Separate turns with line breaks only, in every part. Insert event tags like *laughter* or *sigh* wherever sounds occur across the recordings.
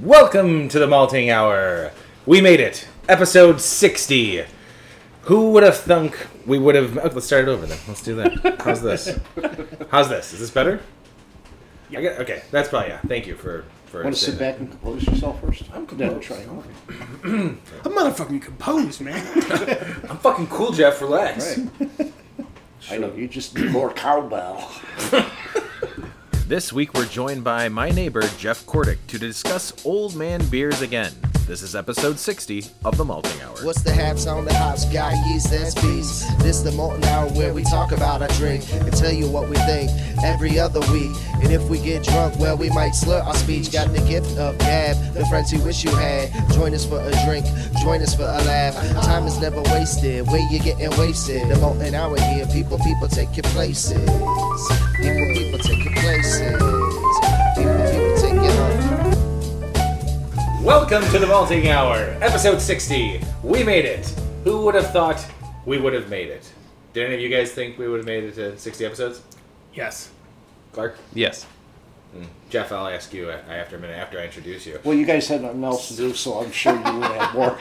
Welcome to the Malting Hour. We made it. Episode 60. Who would have thunk we would have. oh, let's start it over then. Let's do that. How's this? How's this? Is this better? Yeah. okay, that's probably, yeah. Thank you for. for
Want to
saying
sit back and compose yourself first? I'm
composed.
try it.
I'm motherfucking composed, man.
that. I'm fucking cool, Jeff. Relax.
I know you just need more cowbell.
This week, we're joined by my neighbor, Jeff Cordick, to discuss old man beers again. This is episode 60 of the Malting Hour.
What's the haps on the hops? Got yeast and peas. This the molten hour where we talk about our drink and tell you what we think every other week. And if we get drunk, well, we might slur our speech. Got the gift of gab, the friends you wish you had. Join us for a drink, join us for a laugh. Time is never wasted. Where you getting wasted? The molten hour here. People, people take your places. People, people take your places. People, people take your
Welcome to the Vaulting Hour, episode 60. We made it. Who would have thought we would have made it? Did any of you guys think we would have made it to 60 episodes?
*laughs* Yes.
Clark? Hmm.
Yes.
Jeff, I'll ask you uh, after a minute after I introduce you.
*laughs* Well, you guys had nothing else to do, so I'm sure you would have *laughs* more.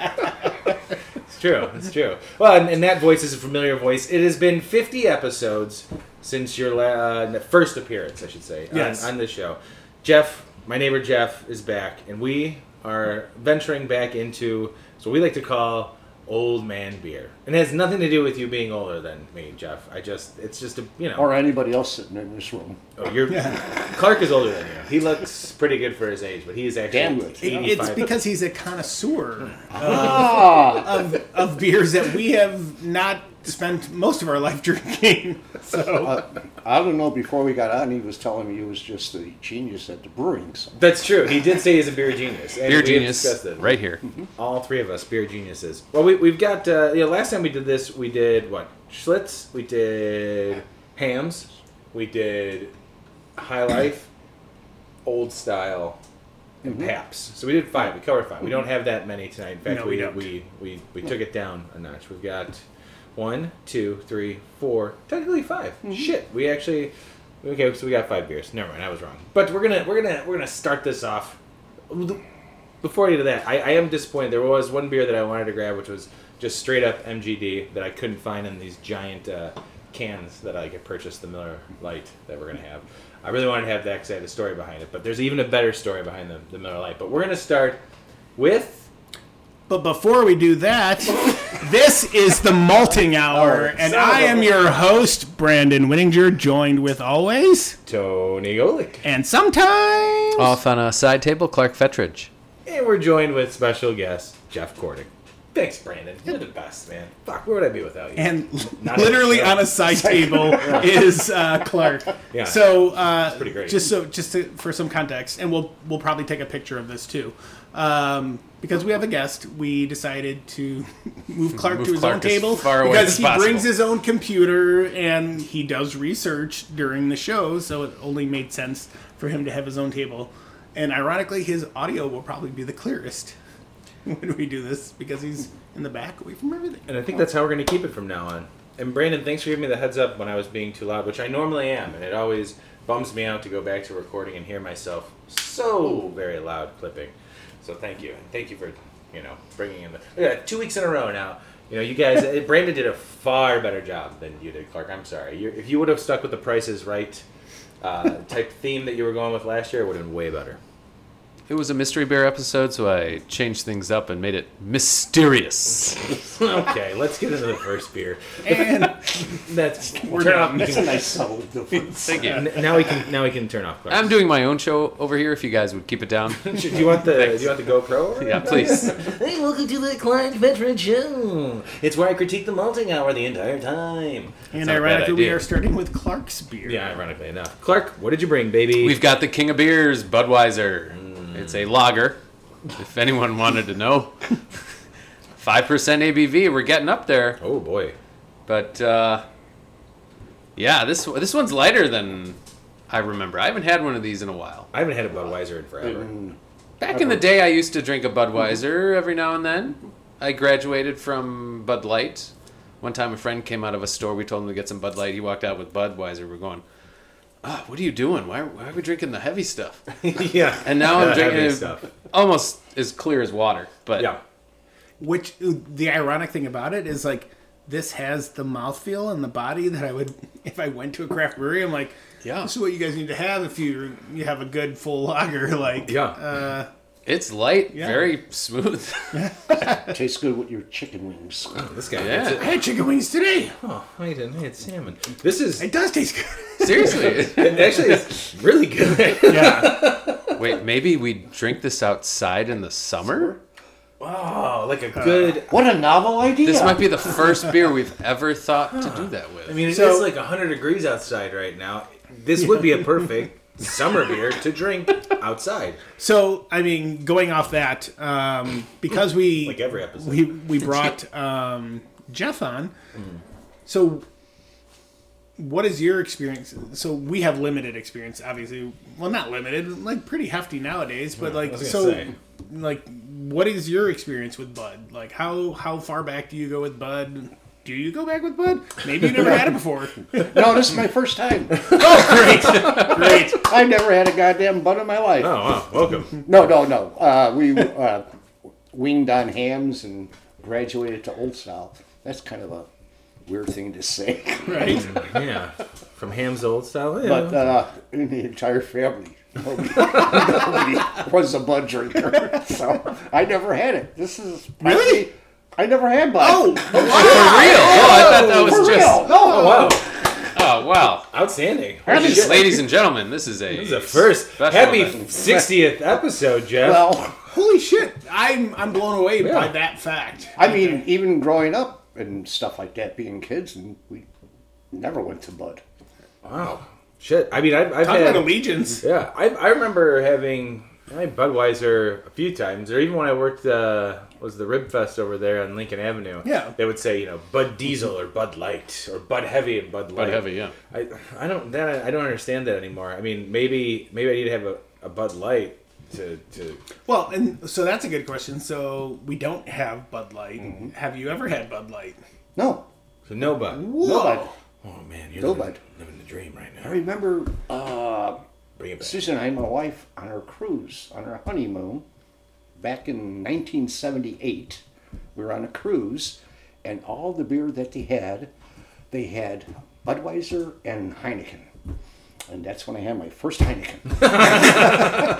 It's true. It's true. Well, and, and that voice is a familiar voice. It has been 50 episodes since your la- uh, first appearance, I should say, on-
Yes.
on, this show. Jeff, my neighbor Jeff, is back, and we are venturing back into so we like to call old man beer. And it has nothing to do with you being older than me, Jeff. I just, it's just a, you know.
or anybody else sitting in this room.
Oh, you're, Clark is older than you. He looks pretty good for his age, but he is actually
Damn good.
It-
85.
it's because he's a connoisseur
Ah,
of, of beers that we have not spent most of our life *laughs* drinking. So uh,
I don't know. Before we got on, he was telling me he was just a genius at the brewing. So
That's true. He did say he's a beer genius. and we
Beer
have
genius
discussed it. *laughs*
right here.
All three of us, beer geniuses. Well, we, we've got, uh, you know, last time we did this, we did what? Schlitz, we did hams, we did High Life, Old Style, and Paps. So we did five. We covered five. We don't have that many tonight. In fact,
Mm-hmm. No,
we,
we don't.
we, we, we took it down a notch. We've got one, two, three, four, technically 5
Mm-hmm.
Shit, we actually. Okay, so we got five beers. Never mind, I was wrong. But we're gonna we're gonna we're gonna start this off before I do that, I, I am disappointed. There was one beer that I wanted to grab, which was just straight up MGD that I couldn't find in these giant uh, cans that I could purchase the Miller Light that we're gonna have. I really wanted to have that because I had a story behind it, but there's even a better story behind the, the Miller Light. But we're gonna start with
But before we do that, this is the malting hour,
Oh,
and
son
I
of a-
am your host, Brandon Winninger, joined with always
Tony Golick,
and sometimes
Off on a side table, Clark Fetridge.
and we're joined with special guest Jeff Cordick. Thanks, Brandon. You're the best, man. Fuck, where would I be without you?
and
Not
*laughs* literally
a-
on a
*laughs*
side table is uh, Clark.
Yeah.
So uh,
pretty great.
just so just to, for some context, and we'll we'll probably take a picture of this too, um, because we have a guest. We decided to *laughs* move Clark
Move
to his
Clark
own
as
table
far away
because
as
he
possible.
brings his own computer and he does research during the show, so it only made sense for him to have his own table. And ironically, his audio will probably be the clearest *laughs* when we do this because he's in the back away from everything.
And I think that's how we're going to keep it from now on. And Brandon, thanks for giving me the heads up when I was being too loud, which I normally am, and it always bums me out to go back to recording and hear myself so very loud clipping. So thank you, and thank you for you know bringing in the yeah, two weeks in a row now. You know, you guys, *laughs* eh, Brandon did a far better job than you did, Clark. I'm sorry. you if you would have stuck with the prices right uh, type theme that you were going with last year, it would have been way better. *laughs*
It was a mystery beer episode, so I changed things up and made it mysterious.
*laughs* okay, let's get into the first beer.
And
*laughs* That's
We're
turn off.
done.
you
that's a
can-
nice *laughs* subtle difference.
Thank you.
n- Now we can now we can turn off. Clark.
I'm doing my own show over here. If you guys would keep it down,
Do you want the Do you want the GoPro? Or?
yeah, please.
Hey, welcome to the Client Veteran Show. It's where I critique the malting hour the entire time.
And
not a bad
ironically, we
idea.
are starting with Clark's beer.
Yeah, ironically enough, Clark, what did you bring, baby?
We've got the king of beers, Budweiser.
Mm.
It's a lager. If anyone wanted to know, five percent ABV. We're getting up there.
oh boy,
But uh, yeah, this this one's lighter than I remember. I haven't had one of these in a while.
I haven't had a Budweiser in forever.
Back in the day, I used to drink a Budweiser every now and then. I graduated from Bud Light. One time, a friend came out of a store. We told him to get some Bud Light. He walked out with Budweiser. We're going, oh, what are you doing? Why, why are we drinking the heavy stuff?
*laughs* yeah.
And
*laughs*
now
Yeah,
I'm
heavy
drinking it
stuff.
almost as clear as water. But
Yeah.
Which uh, the ironic thing about it is like this has the mouthfeel and the body that I would *laughs* if I went to a craft brewery. I'm like,
Yeah.
this is what you guys need to have if you you have a good full *laughs* lager. Like,
Yeah.
uh,
it's light,
Yeah.
very smooth. *laughs*
Tastes good with your chicken wings.
Oh, this guy.
Yeah.
that's it.
I had chicken wings today.
Oh, I didn't. I had salmon. This is
It does taste good.
Seriously. *laughs*
it actually it's really good.
*laughs* yeah,
Wait, maybe we drink this outside in the summer?
Wow, like a good.
What a novel idea!
This might be the first beer we've ever thought to do that with.
I mean, it's
So-
like 100 degrees outside right now. This would be a perfect summer beer to drink outside.
So, I mean, going off that, um, because we
Like every episode.
we we brought um, Jeff on.
Mm-hmm.
So, what is your experience? So we have limited experience, obviously. Well, not limited, like pretty hefty nowadays. But like,
was gonna
so,
say.
like, what is your experience with Bud? Like, how how far back do you go with Bud? Do you go back with Bud? Maybe you never had
*laughs*
it before.
no, this is my first time.
Great.
I've never had a goddamn bun in my life.
Oh, wow. Welcome.
No, no, no. Uh, we uh, winged on hams and graduated to Old Style. That's kind of a weird thing to say. *laughs*
Right.
*laughs* yeah. From Ham's Old Style. Yeah.
But uh, in the entire family, nobody, *laughs* nobody was a bud drinker. *laughs* So I never had it. This is.
Really?
I never had bud.
Oh,
For real? Oh, I thought that was
For
just.
real? No.
wow.
Oh, wow.
Outstanding.
Happy
Shit.
Ladies and gentlemen, this is a.
This is the first.
special
Happy
event.
60th episode, Jeff.
Well,
Holy shit! I'm I'm blown away by
Yeah.
that fact.
I mean, even growing up and stuff like that, being kids, and we never went to bud.
wow. Shit. I mean, I've, I've
Talk
had.
about allegiance.
Yeah, I, I remember having I had Budweiser a few times, or even when I worked uh, was the Rib Fest over there on Lincoln Avenue.
Yeah.
they would say you know Bud Diesel or Bud Light or Bud Heavy and Bud Light.
Bud Heavy, yeah.
I, I don't that I don't understand that anymore. I mean, maybe maybe I need to have a, a Bud Light to to.
Well, and so that's a good question. So we don't have Bud Light. Have you ever had Bud Light?
No,
So no Bud.
no bud.
Oh man, you're
No
living,
Bud.
living the dream right
I
now.
remember uh,
Bring it back.
Susan and I, my wife, on our cruise, on our honeymoon, back in 1978. We were on a cruise, and all the beer that they had, they had Budweiser and Heineken. And that's when I had my first Heineken.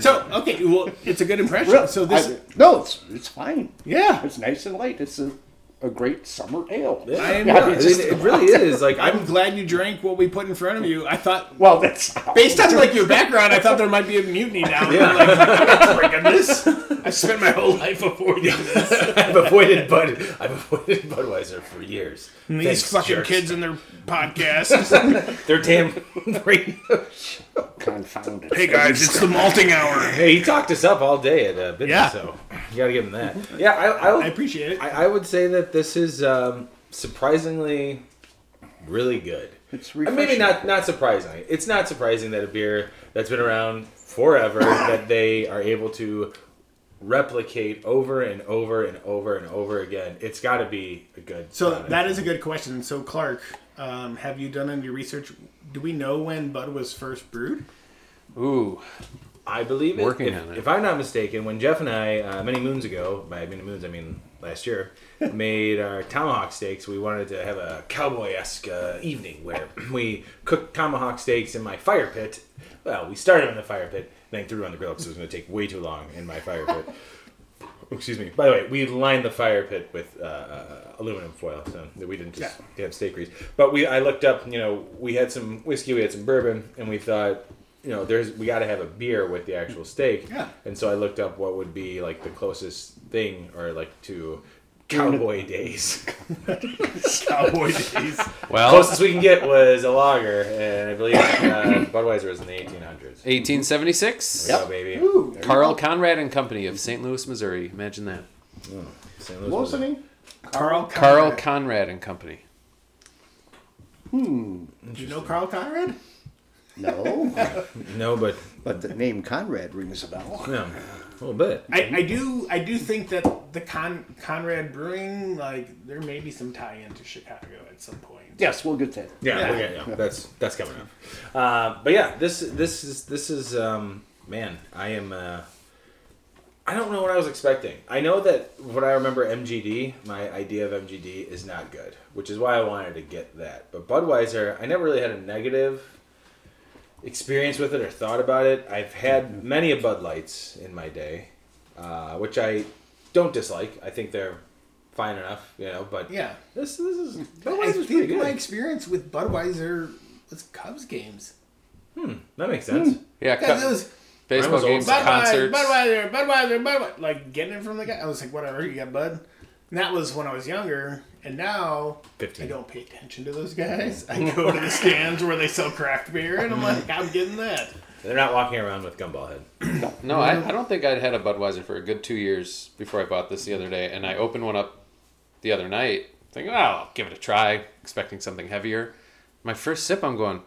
So okay, well, it's a good impression. *laughs* So this,
I- no, it's, it's fine.
yeah,
It's nice and light. It's a, a great summer ale.
I am
Yeah,
not-
it's just-
it, it
*laughs*
really is like
I'm
I'm.
glad you drank what we put in front of you. I thought,
Well, that's
based on like your background, I thought there might be a mutiny now. Yeah. Like, I'm not drinking this. I spent my whole
*laughs*
life avoiding this.
I've avoided Bud. I've avoided Budweiser for years.
And these
Thanks,
fucking
jerks.
kids and their podcasts.
They're damn. *laughs*
confounded.
*laughs* hey guys, it's the malting hour.
Hey, he talked us up all day at uh, business,
Yeah.
so you got to give him that. Yeah, I,
I
I, would,
appreciate it.
I, I would say that this is um, surprisingly really good.
It's
Uh, Maybe
refreshing.
not not surprisingly. It's not surprising that a beer that's been around
*coughs*
forever that they are able to replicate over and over and over and over again. It's got to be a good.
So
product.
that is a good question. So Clark, um, have you done any research? Do we know when Bud was first brewed?
Ooh.
I believe it.
Working
if,
on it.
If I'm not mistaken, when Jeff and I, uh, many moons ago, by many moons I mean last
*laughs*
year, made our tomahawk steaks, we wanted to have a cowboy esque uh, evening where *clears throat* we cooked tomahawk steaks in my fire pit. Well, we started in the fire pit, then threw it on the grill because it was going to take way too long in my fire pit. Excuse me. By the way, we lined the fire pit with uh, uh, aluminum foil, so that we didn't just have steak grease. But we, I looked up. You know, we had some whiskey, we had some bourbon, and we thought, you know, there's we got to have a beer with the actual steak.
Yeah.
And so I looked up what would be like the closest thing, or like to cowboy days. *laughs*
Cowboy days.
Well,
closest we can get was a lager, and I believe uh, *coughs* Budweiser was in the 1800s.
1876.
Yeah, baby.
Carl Conrad and Company of St. Louis, Missouri. Imagine that.
St. Louis
What was
was
the
a-
name?
Carl.
Carl
Conrad.
Conrad and Company.
Do you know Carl Conrad?
No, *laughs*
No, but
but the name Conrad rings a bell.
*laughs*
no, a little bit.
I, I do. I do think that the Con, Conrad Brewing, like, there may be some tie into Chicago at some point.
Yes, we'll get that.
Yeah,
Yeah.
yeah, yeah, That's that's coming up. Uh, but yeah, this this is this is um, man. I am. Uh, I don't know what I was expecting. I know that what I remember MGD, my idea of MGD is not good, which is why I wanted to get that. But Budweiser, I never really had a negative experience with it or thought about it. I've
Mm-hmm.
had many of Bud Lights in my day, uh, which I don't dislike. I think they're fine enough, you know. But
Yeah. Mm.
this this is
I
Budweiser's pretty
think
good.
my experience with Budweiser was Cubs games.
That makes sense.
Yeah,
Because
cu-
it was
baseball
Mine was
games,
old.
Budweiser,
concerts.
Budweiser, Budweiser, Budweiser. Like getting it from the guy. I was like, whatever, you got Bud. And that was when I was younger. And now
15.
I don't pay attention to those guys. I go to
*laughs*
the stands where they sell craft beer and I'm like, I'm getting that.
They're not walking around with gumball head.
No,
Mm-hmm.
I, I don't think I'd had a Budweiser for a good two years before I bought this the other day, and I opened one up the other night, thinking, "Oh, I'll give it a try," expecting something heavier. My first sip, I'm going,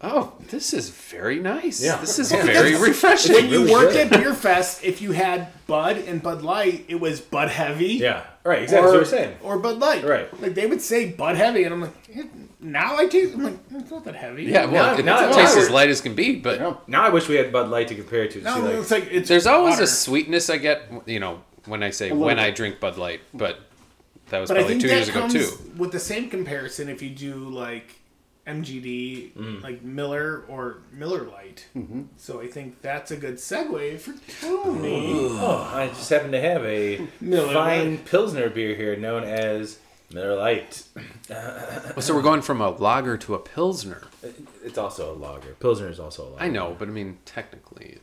"Oh, this is very
*laughs*
nice.
Yeah.
This is very refreshing."
When you
really
worked
good.
at Beer Fest, if you had Bud and Bud Light, it was Bud Heavy.
Yeah. Right. Exactly.
or,
what you're saying.
or Bud Light.
Right.
Like they would say Bud Heavy, and I'm like, eh, now I taste. I'm like, it's not that heavy.
yeah, well,
No,
it,
no,
it
no,
tastes
I-
as light as can be, but
No.
Now I wish we had Bud Light to compare it to. to
No,
see, like-
it's like it's.
there's always
water.
a sweetness I get. You know, when I say
little
when I
bit.
drink Bud Light, but that was
But I
probably
think
two
that
years ago
comes
too.
with the same comparison if you do like MGD,
Mm.
like Miller or Miller Light.
Mm-hmm.
So I think that's a good segue for Tony.
oh, I just happen to have a
Miller
fine pilsner beer here known as Miller Light.
Well, so we're going from a lager to a pilsner.
It's also a lager. Pilsner is also a lager.
I know, but I mean, technically,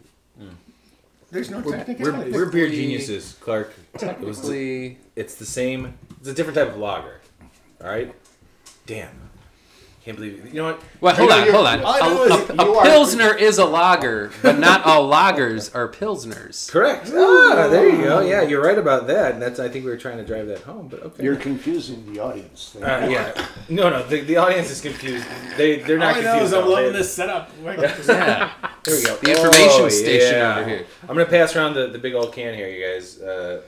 There's no
We're,
technicality.
we're beer
Technically-
geniuses, Clark. It was,
technically,
it's the same. It's a different type of lager. All right. Damn. Can't believe you know what?
Well, hold
No,
on,
you're-
hold on.
all I know
A,
is
a-
you
a
are-
pilsner is a lager, but not all lagers are
*laughs*
pilsners.
Correct. Ah, there you go. Yeah, you're right about that. And that's I think we were trying to drive that home. But okay.
You're confusing the audience.
Uh, yeah. No, no. The, the audience is confused. They they're
All
not
I know
confused.
is I'm
though.
loving
They-
this setup.
*laughs*
Like,
Yeah.
There we go. Oh,
The information station over here.
I'm gonna pass around the, the big old can here, you guys. Uh,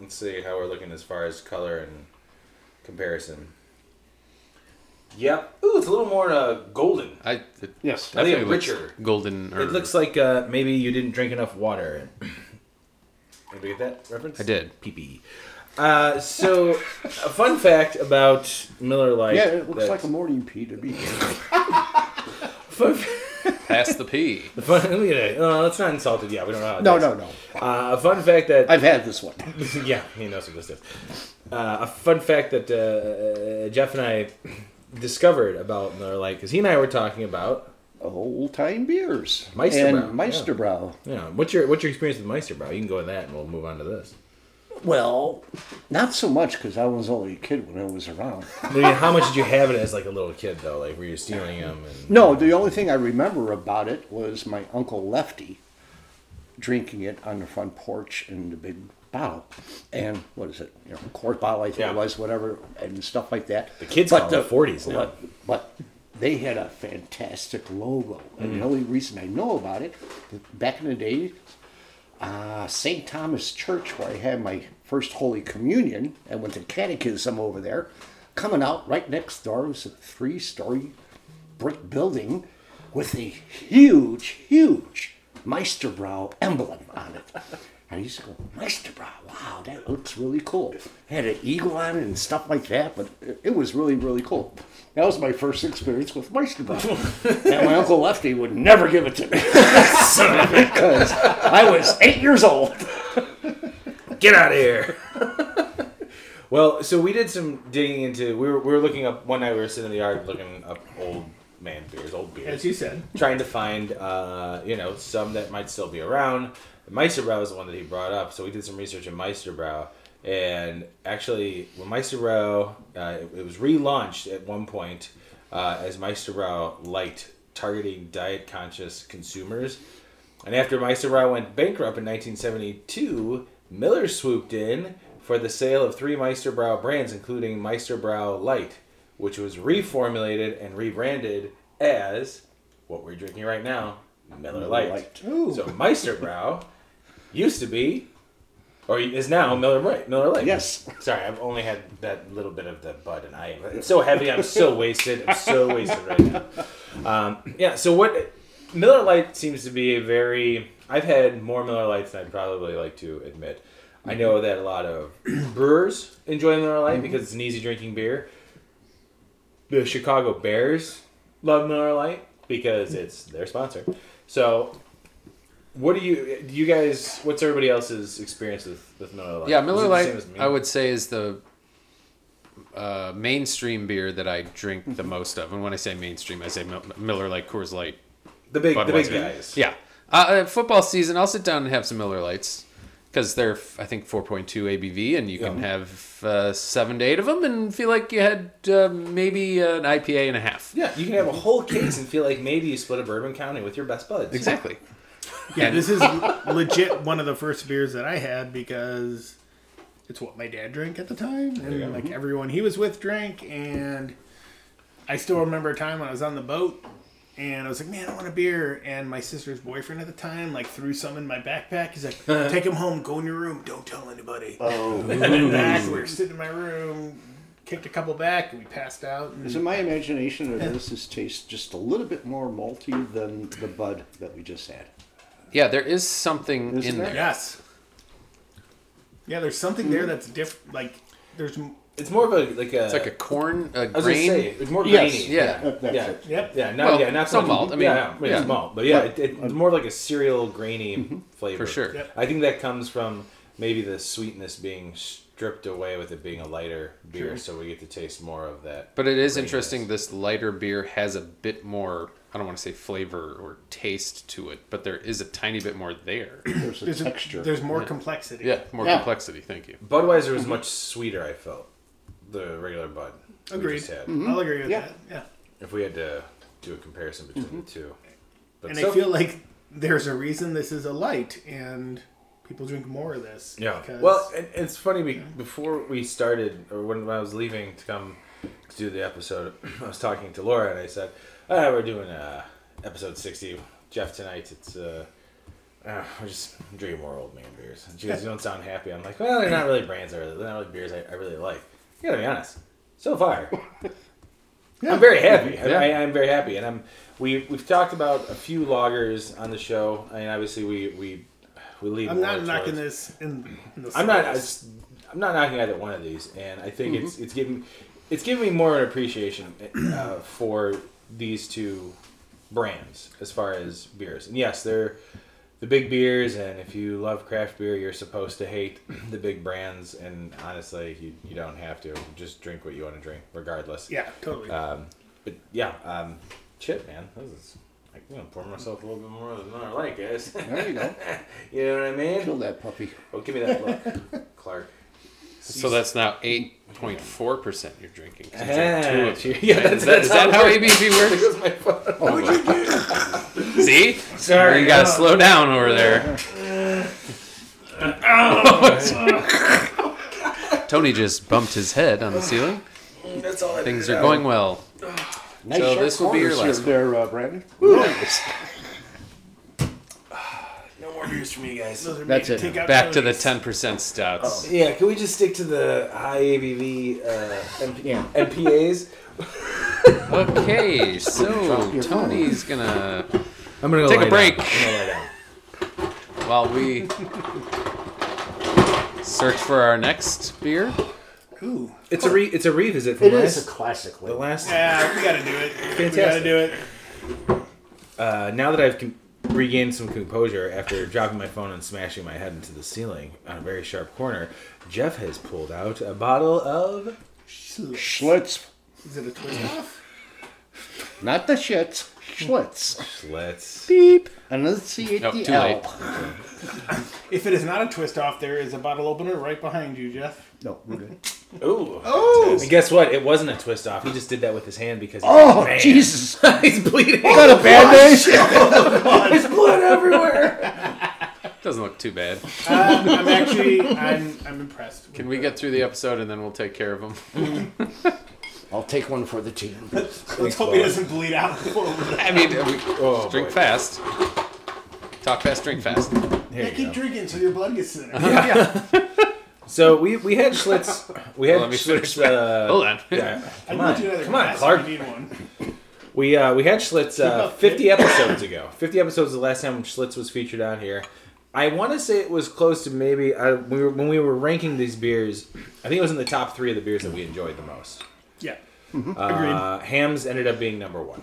let's see how we're looking as far as color and comparison. Yep. Ooh, it's a little more uh, golden.
I, it
yes.
I think
definitely looks
richer.
golden. Or,
It looks like uh, maybe you didn't drink enough water. *clears throat* Anybody get that reference?
I did.
Pee Uh, so, a fun fact about Miller Lite.
Yeah, it looks
that's-
like a morning pea to me.
*laughs* Fun,
past the P.
fun, *laughs* look at that. Uh, let's not insult it. Yeah, we don't know. How it
*laughs* No,
tastes.
no, no.
Uh, a fun fact that
I've had this one.
*laughs* yeah, he knows what this is. Uh, a fun fact that uh, uh, Jeff and I discovered about Miller Lite because he and I were talking about.
Old time beers.
Meisterbrow,
And Meisterbrow.
You know, what's your what's your experience with Meister Brow? You can go with that, and we'll move on to this.
Well, not so much because I was only a kid when I was around.
I mean, how much did you have it as like a little kid though? Like were you stealing them? And,
*laughs* No, the only thing I remember about it was my uncle Lefty drinking it on the front porch in the big bottle, and what is it, you know, quart bottle I think
Yeah.
it was, whatever, and stuff like that. The
kids call them 40s now.
But, but they had a fantastic logo, and the only reason I know about it, back in the day, uh, St. Thomas Church, where I had my first Holy Communion, I went to catechism over there. Coming out right next door was a three story brick building with a huge, huge Meisterbrow emblem on it. And I used to go, Meisterbrow, wow, that looks really cool. Had an eagle on it and stuff like that, but it- it was really, really cool. That was my first experience with Meisterbrow. and my Uncle Lefty would never give it to me. *laughs* Because I was eight years old.
Get out of here. *laughs* well, so we did some digging into. We were we were looking up one night. We were sitting in the yard looking up old man beers, old beers.
as you said,
trying to find uh, you know some that might still be around. Meisterbrow is the one that he brought up, so we did some research in Meisterbrow, and actually when Meisterbrow uh, it, it was relaunched at one point uh, as Meisterbrow Light, targeting diet conscious consumers. And after Meisterbrow went bankrupt in 1972, Miller swooped in for the sale of three Meisterbrow brands, including Meisterbrow Light, which was reformulated and rebranded as what we're drinking right now, Miller Light.
Light.
So Meisterbrow used to be or is now Miller Right Miller Lite.
Yes.
Sorry, I've only had that little bit of the bud, and I it's so heavy. I'm so wasted. I'm so wasted right now. Um, yeah. So what Miller Lite seems to be a very. I've had more Miller Lights than I'd probably like to admit. I know that a lot of *clears throat* brewers enjoy Miller Lite because it's an easy drinking beer. The Chicago Bears love Miller Lite because it's their sponsor. So, what do you do? You guys, what's everybody else's experience with, with Miller Lite?
Yeah,
Is it
Miller
the same
Lite,
as me?
I would say, is the uh, mainstream beer that I drink
Mm-hmm.
the most of. And when I say mainstream, I say Mil- Miller Lite, Coors Light,
the big the big
Budweiser.
guys.
Yeah. Uh, uh, football season, I'll sit down and have some Miller Lights because they're, I think, 4.2 ABV, and you can
Yeah.
have uh, seven to eight of them and feel like you had uh, maybe an IPA and a half.
yeah. You can have a whole case and feel like maybe you split a bourbon county with your best buds.
Exactly.
Yeah,
*laughs*
this is legit one of the first beers that I had because it's what my dad drank at the time, and like everyone he was with drank. And I still remember a time when I was on the boat, and I was like, "Man, I want a beer." And my sister's boyfriend at the time like threw some in my backpack.
*laughs*
He's like, "Take them home, go in your room, don't tell anybody."
Oh,
And then back, we were sitting in my room, kicked a couple back, and we passed out. And
is it my imagination or does this taste just a little bit more malty than the bud that we just had?
Yeah, there is something
Isn't
in
there?
there.
yes, yeah, there's something
Hmm.
there that's different. Like there's. m-
It's more of a like a.
It's like a corn, a
I was gonna
grain.
say it's more grainy.
Yes,
yeah.
That- that's
Yeah.
it.
Yep.
Yeah, not
Well,
yeah, not so
some
much-
malt, I mean,
yeah, yeah, I mean,
yeah. Mm-hmm.
it's malt, but yeah, it, it's more like a cereal grainy flavor
For sure.
Yep.
I think that comes from maybe the sweetness being stripped away with it being a lighter beer, so we get to taste more of that.
But it is
Graininess.
interesting. This lighter beer has a bit more. I don't want to say flavor or taste to it, but there is a tiny bit more
*coughs*
there.
There's a
There's a-
texture.
There's more complexity.
yeah, more
Yeah.
complexity. Thank you.
Budweiser
Mm-hmm.
was much sweeter. I felt the regular Bud. we
Agreed.
just had.
Mm-hmm.
I'll agree with
Yeah.
that. Yeah.
If we had to do a comparison between the two, but
Mm-hmm. And
so-
I feel like there's a reason this is a light and people drink more of this.
Yeah.
Because
Well, and it's funny be, before we started, or when, I was leaving to come to do the episode, *clears throat* I was talking to Laura and I said, "Ah, we're doing uh, episode sixty, Jeff tonight. It's uh, uh, we're just drinking more old man beers." And she goes, "You don't sound happy." I'm like, "Well, they're not really brands. They're they're not really beers I, I really like." You gotta be honest. So
*laughs*
far, I'm very happy.
Yeah.
I, I, I'm very happy, and I'm. We we've talked about a few loggers on the show, I mean, obviously we we we leave.
I'm not
more
knocking
towards-
this in, in the
I'm not. I
slightest.
s- I'm not knocking either one of these, and I think it's it's giving it's giving me more of an appreciation uh, for these two brands as far as beers. And yes, they're the big beers, and if you love craft beer, you're supposed to hate the big brands. And honestly, you you don't have to. Just drink what you want to drink, regardless.
Yeah, totally.
Um, but yeah, um, shit, man, this is. I'm gonna pour myself a little bit more than I like, guys. *laughs*
There you go.
you know what I mean?
Kill that puppy.
Oh, give me that look, Clark.
So that's now eight point four percent you're drinking. 'cause you drank
Ah,
two
*laughs*
of
cheer-
them.
*laughs* yeah,
Right?
that's-
is that, is that
that's
how
how it
ABV works?
There's my phone.
*laughs* See,
Sorry,
you gotta
uh,
slow down over there.
*laughs*
Tony just bumped his head on the ceiling.
*laughs* That's all I
Things
did.
are going well.
Nice
So
sharp
this will be your
corners here
last one.
there, uh, Brandon. Nice.
No more beers for me, guys.
Those are made
that's
to
it.
take out
Back to the
calories.
ten percent stouts.
Yeah, can we just stick to the high ABV uh, MP-
Yeah.
MPAs?
Okay,
Drop
so
your phone.
Tony's gonna
*laughs* I'm gonna go
Take a
lay
break.
down. I'm gonna lay down.
while we search for our next beer.
Ooh.
It's a re- it's a revisit from
It
last
is a classic
the
label.
last.
Yeah, we gotta do it. We gotta
Fantastic.
do it.
Uh, now that I've com- regained some composure after dropping my phone and smashing my head into the ceiling on a very sharp corner, Jeff has pulled out a bottle of.
Schlitz.
Schlitz.
Is it a twist off?
Not the shits. Schlitz.
Let's.
Beep. Enunciate
Nope,
the
too
L.
If it is not a twist off, there is a bottle opener right behind you, Jeff.
No, we're good.
Ooh.
Oh,
And guess what? It wasn't a twist off. He just did that with his hand because. He's
Oh,
Man.
*laughs*
Jesus. I
*laughs* He's bleeding.
got a bad day.
There's blood everywhere.
Doesn't look too bad.
Um, I'm actually, I'm, I'm impressed.
Can we get through the episode and then we'll take care of them? *laughs*
I'll take one for the team.
Let's hope he doesn't bleed out. before we-
I mean, we
Oh,
drink
boy.
fast. Talk fast, drink fast.
Here
Yeah,
you
keep
go.
drinking so your blood gets thinner.
*laughs* So we we had Schlitz. We had
Let me finish
Schlitz. Uh,
Hold on.
yeah.
I
Come
need you
on,
another
come on,
glass
Clark.
if you
*laughs*
need one.
We uh, we had Schlitz uh,
up,
50 episodes ago. 50 episodes is the last time Schlitz was featured on here. I want to say it was close to maybe uh, we were, when we were ranking these beers. I think it was in the top three of the beers that we enjoyed the most.
Yeah. Mm-hmm.
Uh, Hams ended up being number one.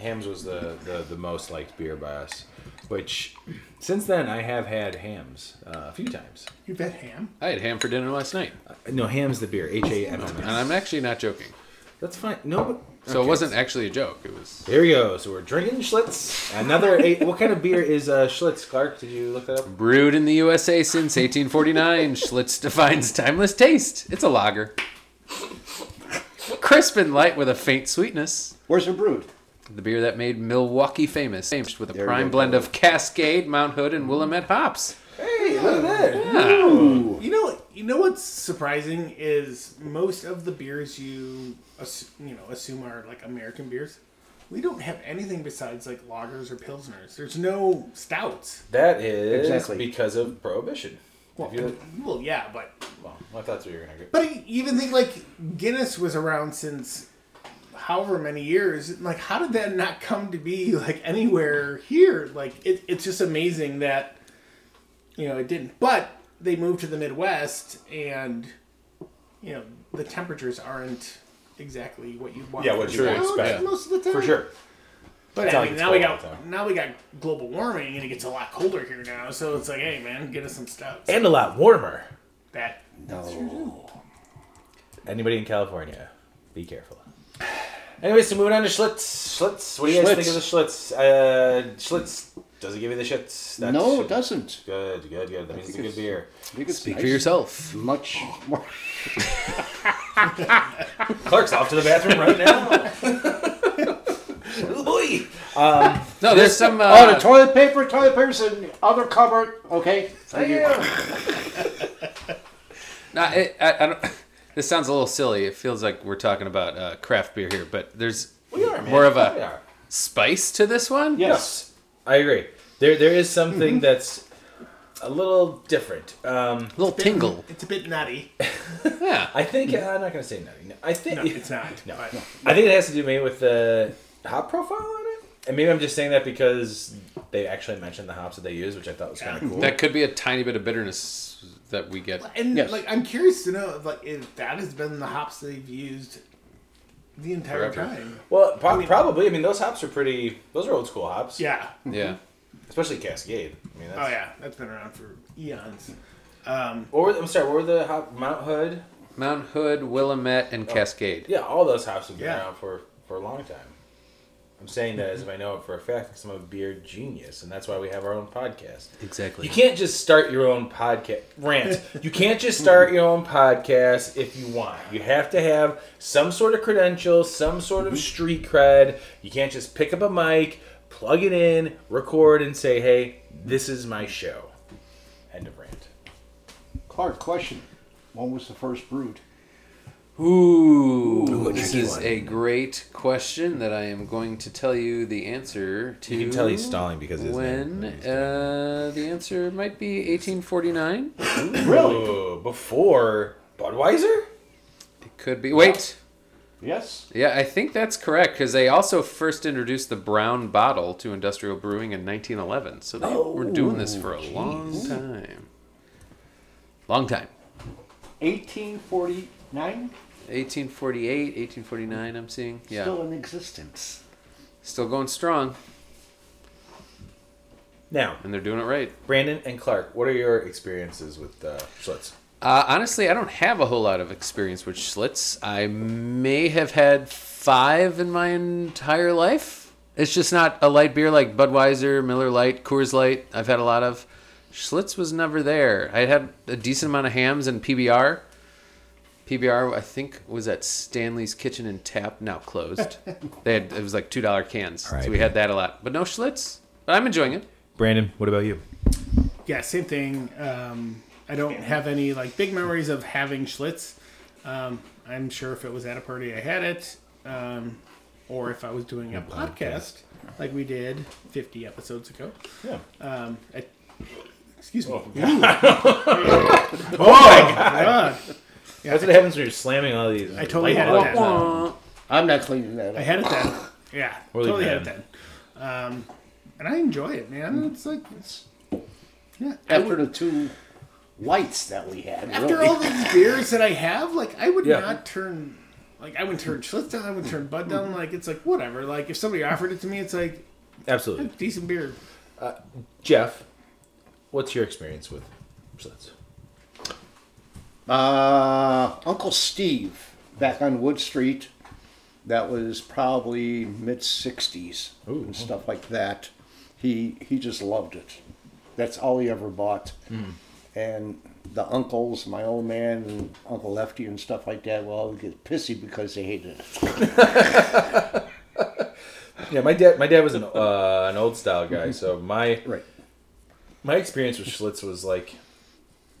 Hams was the, the, the most liked beer by us, which since then I have had Hams uh, a few times.
Agreed. You bet ham.
*laughs* I had ham for dinner last night,
No, Hams the beer. H A M M
and
S.
I'm actually not joking.
That's fine. No, but
So it wasn't actually a joke. It was
Here we go. So we're drinking Schlitz.
*laughs*
Another eight. What kind of beer is uh, Schlitz, Clark? Did you look that up?
brewed in the USA since 1849. Schlitz defines timeless taste. It's a lager, crisp and light with a faint sweetness.
Where's it brewed?
The beer that made Milwaukee famous, famous with a
There you
prime
go.
blend of Cascade, Mount Hood, and Willamette hops.
Hey, look at that.
You know, you know what's surprising is most of the beers you ass- you know assume are like American beers. We don't have anything besides like lagers or pilsners. There's no stouts.
That is
Exactly.
because of prohibition.
Well,
if you,
well, yeah, but
well, I thought that's what you were gonna get.
but you even think like Guinness was around since however many years. Like, how did that not come to be like anywhere here? Like, it, it's just amazing that you know it didn't. But they moved to the Midwest, and you know the temperatures aren't exactly what you want.
Yeah, what
for
you would
south
expect.
most of the time
For sure.
But
It's not
I
like
mean,
it's
now we
cold
got
all the time.
now we got global warming, and it gets a lot colder here now. So it's like, hey man, get us some stuff.
And a lot warmer.
that
No.
Anybody in California, be careful. Anyway, so moving on to Schlitz. Schlitz. What do you guys
Schlitz.
think of the Schlitz? Uh, Schlitz does it give you the shits? That's
no, it doesn't.
Good, good, good. That means it's a good
it's-
beer.
I think it's
Speak for
nice. *laughs*
yourself.
Much more.
Clark's off to the bathroom right *laughs* now. Boy.
No, there's some. Uh,
Oh, the toilet paper, toilet paper's in the other cupboard. Okay. Thank you.
Nah, it, I, I don't, *laughs* this sounds a little silly. It feels like we're talking about uh, craft beer here, but there's
We are, man.
more of a
We are.
spice to this one.
Yes, Mm-hmm. I agree. There, there is something that's a little different. Um,
a little tingle.
it's a bit nutty.
Yeah,
I think I'm not gonna say nothing. I think
No, it's not.
Mm-hmm. *laughs* No.
But-
I think it has to do maybe with the hop profile on it, and maybe I'm just saying that because they actually mentioned the hops that they use, which I thought was kind
Yeah.
of cool.
that could be a tiny bit of bitterness that we get.
And
Yes.
like, I'm curious to know like if that has been the hops they've used the entire
Forever.
time.
well, pro- probably. I mean, those hops are pretty. Those are old school hops.
Yeah.
Yeah,
Especially Cascade. I mean, that's,
Oh yeah, that's been around for eons.
What were, I'm sorry. What were the hop Mount Hood?
Mount Hood, Willamette, and
Oh.
Cascade.
Yeah, all those hops have been
Yeah.
around for, for a long time. I'm saying that as if I know it for a fact because I'm a beer genius, and that's why we have our own podcast.
Exactly.
You can't just start your own podcast rant. You can't just start your own podcast if you want. You have to have some sort of credentials, some sort of street cred. You can't just pick up a mic, plug it in, record, and say, "Hey, this is my show." End of rant.
Clark, question. When was the first brewed?
Ooh, this
tricky
is
one.
a great question that I am going to tell you the answer to.
You can tell he's stalling because his name-
When uh, the answer might be 1849.
Really?
Ooh, before Budweiser.
It could be. Wait.
Yes.
Yeah, I think that's correct because they also first introduced the brown bottle to industrial brewing in 1911. So they were doing this for a
Oh,
long time. Long time.
1849,
1848, 1849, I'm seeing. Yeah.
still
Still,
in existence.
going strong,
Now,
and they're doing it right.
Brandon and Clark, what are your experiences with uh, Schlitz?
Uh, honestly, I don't have a whole lot of experience with Schlitz. I may have had five in my entire life. It's just not a light beer like Budweiser, Miller Light, Coors Light. I've had a lot of. Schlitz was never there. I had a decent amount of hams and PBR. PBR, I think, was at Stanley's Kitchen and Tap, now
*laughs*
closed. they had it was like two dollar cans,
All right.
so we had that a lot. But no Schlitz. But I'm enjoying it.
Brandon, what about you?
Yeah, same thing. Um, I don't have any like big memories of having Schlitz. Um, I'm sure if it was at a party, I had it, um, or if I was doing a podcast, like we did 50 episodes ago.
Yeah.
Um, I, excuse me.
Oh my god!
God.
That's what happens when you're slamming all these.
I totally had it
Like-
that.
I'm not cleaning that
I
up.
had it then. Yeah,
Really
totally had it
bad.
then. Um, and I enjoy it, man. It's like it's yeah. I
After
would-
the two lights that we had,
after
really.
all
*laughs*
these beers that I have, like I would
Yeah.
not turn. Like I would turn Schlitz down. I would turn Bud down. Like it's like whatever. Like if somebody offered it to me, it's like
Absolutely,
decent beer.
Jeff. What's your experience with Schlitz?
Uh, Uncle Steve back on Wood Street. That was probably mid '60s
Ooh.
and stuff like that. He he just loved it. That's all he ever bought.
Hmm.
And the uncles, my old man, and Uncle Lefty, and stuff like that, well, would get pissy because they hated it.
Yeah, my dad. My dad was an uh, an old style guy, so my
Right.
my experience with Schlitz was like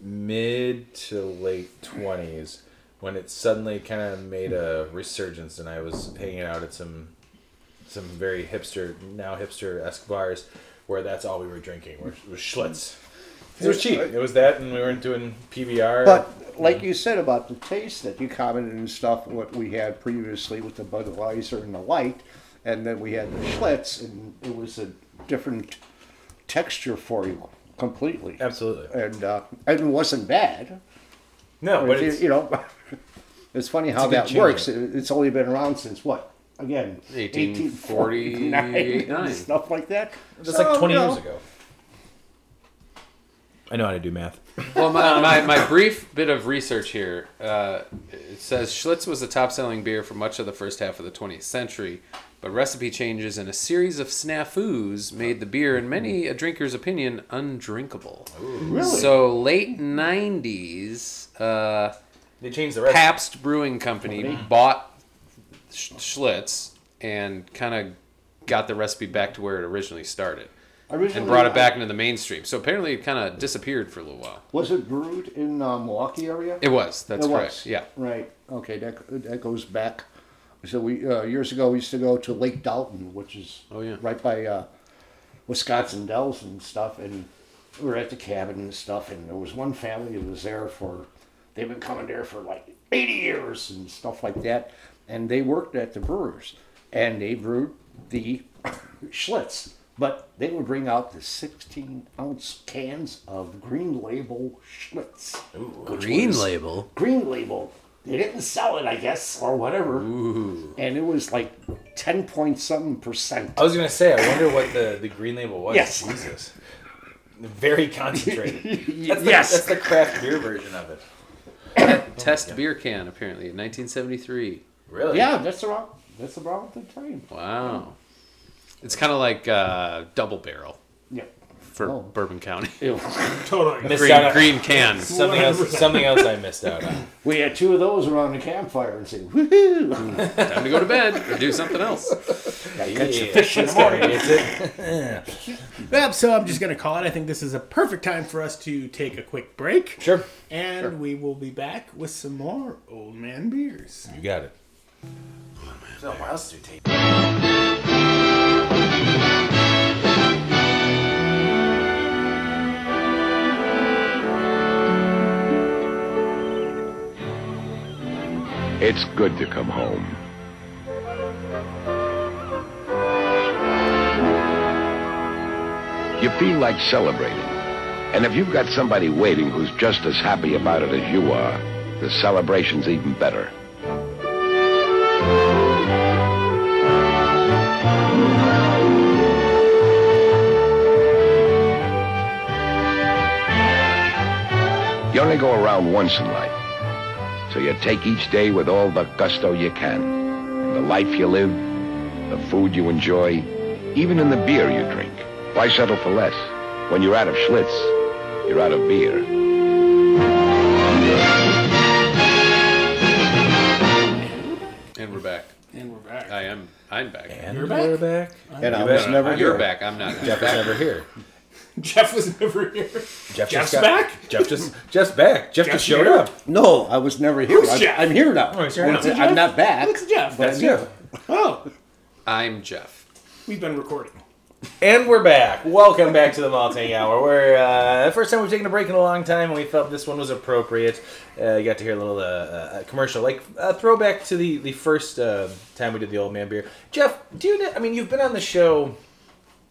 mid to late twenties when it suddenly kind of made a resurgence, and I was hanging out at some some very hipster now hipster esque bars where that's all we were drinking was, was Schlitz. It was cheap. It was that, and we weren't doing PBR.
But like you said about the taste that you commented and stuff, what we had previously with the Budweiser and the light, and then we had the Schlitz, and it was a different texture for you completely.
absolutely
And uh, and it wasn't bad.
no, but
It-
it's,
you know, *laughs* it's funny how
good
that
change.
works. It, it's only been around since what? Again,
1849.
and stuff like that.
that's like
So,
twenty
you know,
years ago. I know how to do math.
Well, my, my, my brief bit of research here uh, it says Schlitz was the top selling beer for much of the first half of the 20th century, but recipe changes and a series of snafus made the beer, in many a drinker's opinion, undrinkable.
Really?
So, late 90s, uh,
They changed the rest.
Pabst Brewing Company bought Sch- Schlitz and kind of got the recipe back to where it originally started. And
originally,
brought it back into the mainstream. So apparently, it kind of disappeared for a little while.
Was it brewed in uh, Milwaukee area?
It was. That's
It
correct.
was.
Yeah.
Right. Okay. That that goes back. So we uh, years ago we used to go to Lake Dalton, which is
Oh, yeah.
right by uh, Wisconsin Dells and stuff, and we were at the cabin and stuff, and there was one family that was there for they've been coming there for like eighty years and stuff like that, and they worked at the brewers, and they brewed the *coughs* Schlitz. But they would bring out the 16 ounce cans of green label Schlitz. which was-
label.
green label. They didn't sell it, I guess, or whatever. And it was like ten point something percent.
*laughs*
I was gonna say, I wonder what the, the green label was.
Yes.
Jesus. Very
*laughs*
concentrated. That's the,
yes.
That's the craft beer version of it.
Test beer can, apparently, in 1973.
Really?
yeah, that's around. That's around the time.
Wow. It's kind of like uh, double barrel
Yeah.
for
Oh.
Bourbon County.
Ew.
Totally.
Missed out
Green,
on-
green
*laughs*
can.
Something else.
100%.
Something else I missed out on.
We had two of those around the campfire and said, "Woohoo!"
Time to go to bed or do something else.
Yeah, you got your
Yeah,
fish in the
that's gotta
morning.
be it.
Yep, so I'm just gonna call it. I think this is a perfect time for us to take a quick break.
Sure.
And we will be back with some more old man beers.
You got it. So what else do you take?
It's good to come home. You feel like celebrating. And if you've got somebody waiting who's just as happy about it as you are, the celebration's even better. You only go around once in life. So you take each day with all the gusto you can. And the life you live, the food you enjoy, even in the beer you drink. Why settle for less? When you're out of Schlitz, you're out of beer.
And we're back.
And we're back.
I am. I'm back.
And
You're
we're back.
*laughs* And I
You
was
bet.
never
You're
here.
back. I'm not.
Jeff is never here.
*laughs* Jeff was never here.
Jeff
Jeff's
just got,
back?
Jeff just Jeff's back. Jeff just
Jeff's
showed
here?
up.
No, I was never here.
Who's
I'm,
Jeff?
I'm here now.
Oh, he's here now.
I'm not back.
That's Jeff.
But
That's
I'm here.
Jeff.
Oh,
I'm Jeff.
We've been recording.
And we're back. Welcome back to the Malting Hour. We're uh, the first time we've taken a break in a long time, and we felt this one was appropriate. Uh, you got to hear a little uh, uh, commercial, like uh, throwback to the the first uh, time we did the Old Man Beer. Jeff, do you? Know, I mean, you've been on the show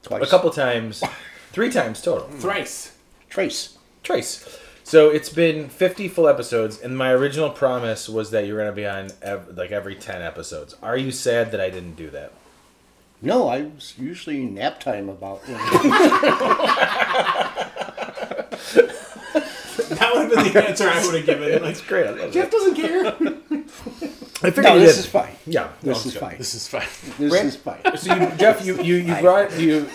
Twice.
a couple times, three times total.
Thrice.
Trace.
Trace. So it's been 50 full episodes, and my original promise was that you were going to be on ev- like every 10 episodes. Are you sad that I didn't do that?
No, I was usually in nap time *laughs* about when
That would have been the answer I would have given. Like,
Great, I love
Jeff
*laughs*
doesn't care.
I figured
No,
you
this
did.
is fine.
Yeah, no,
This
it's
is
good.
fine.
This is fine.
This
Brand-
is fine.
So you, Jeff, you you, you brought you.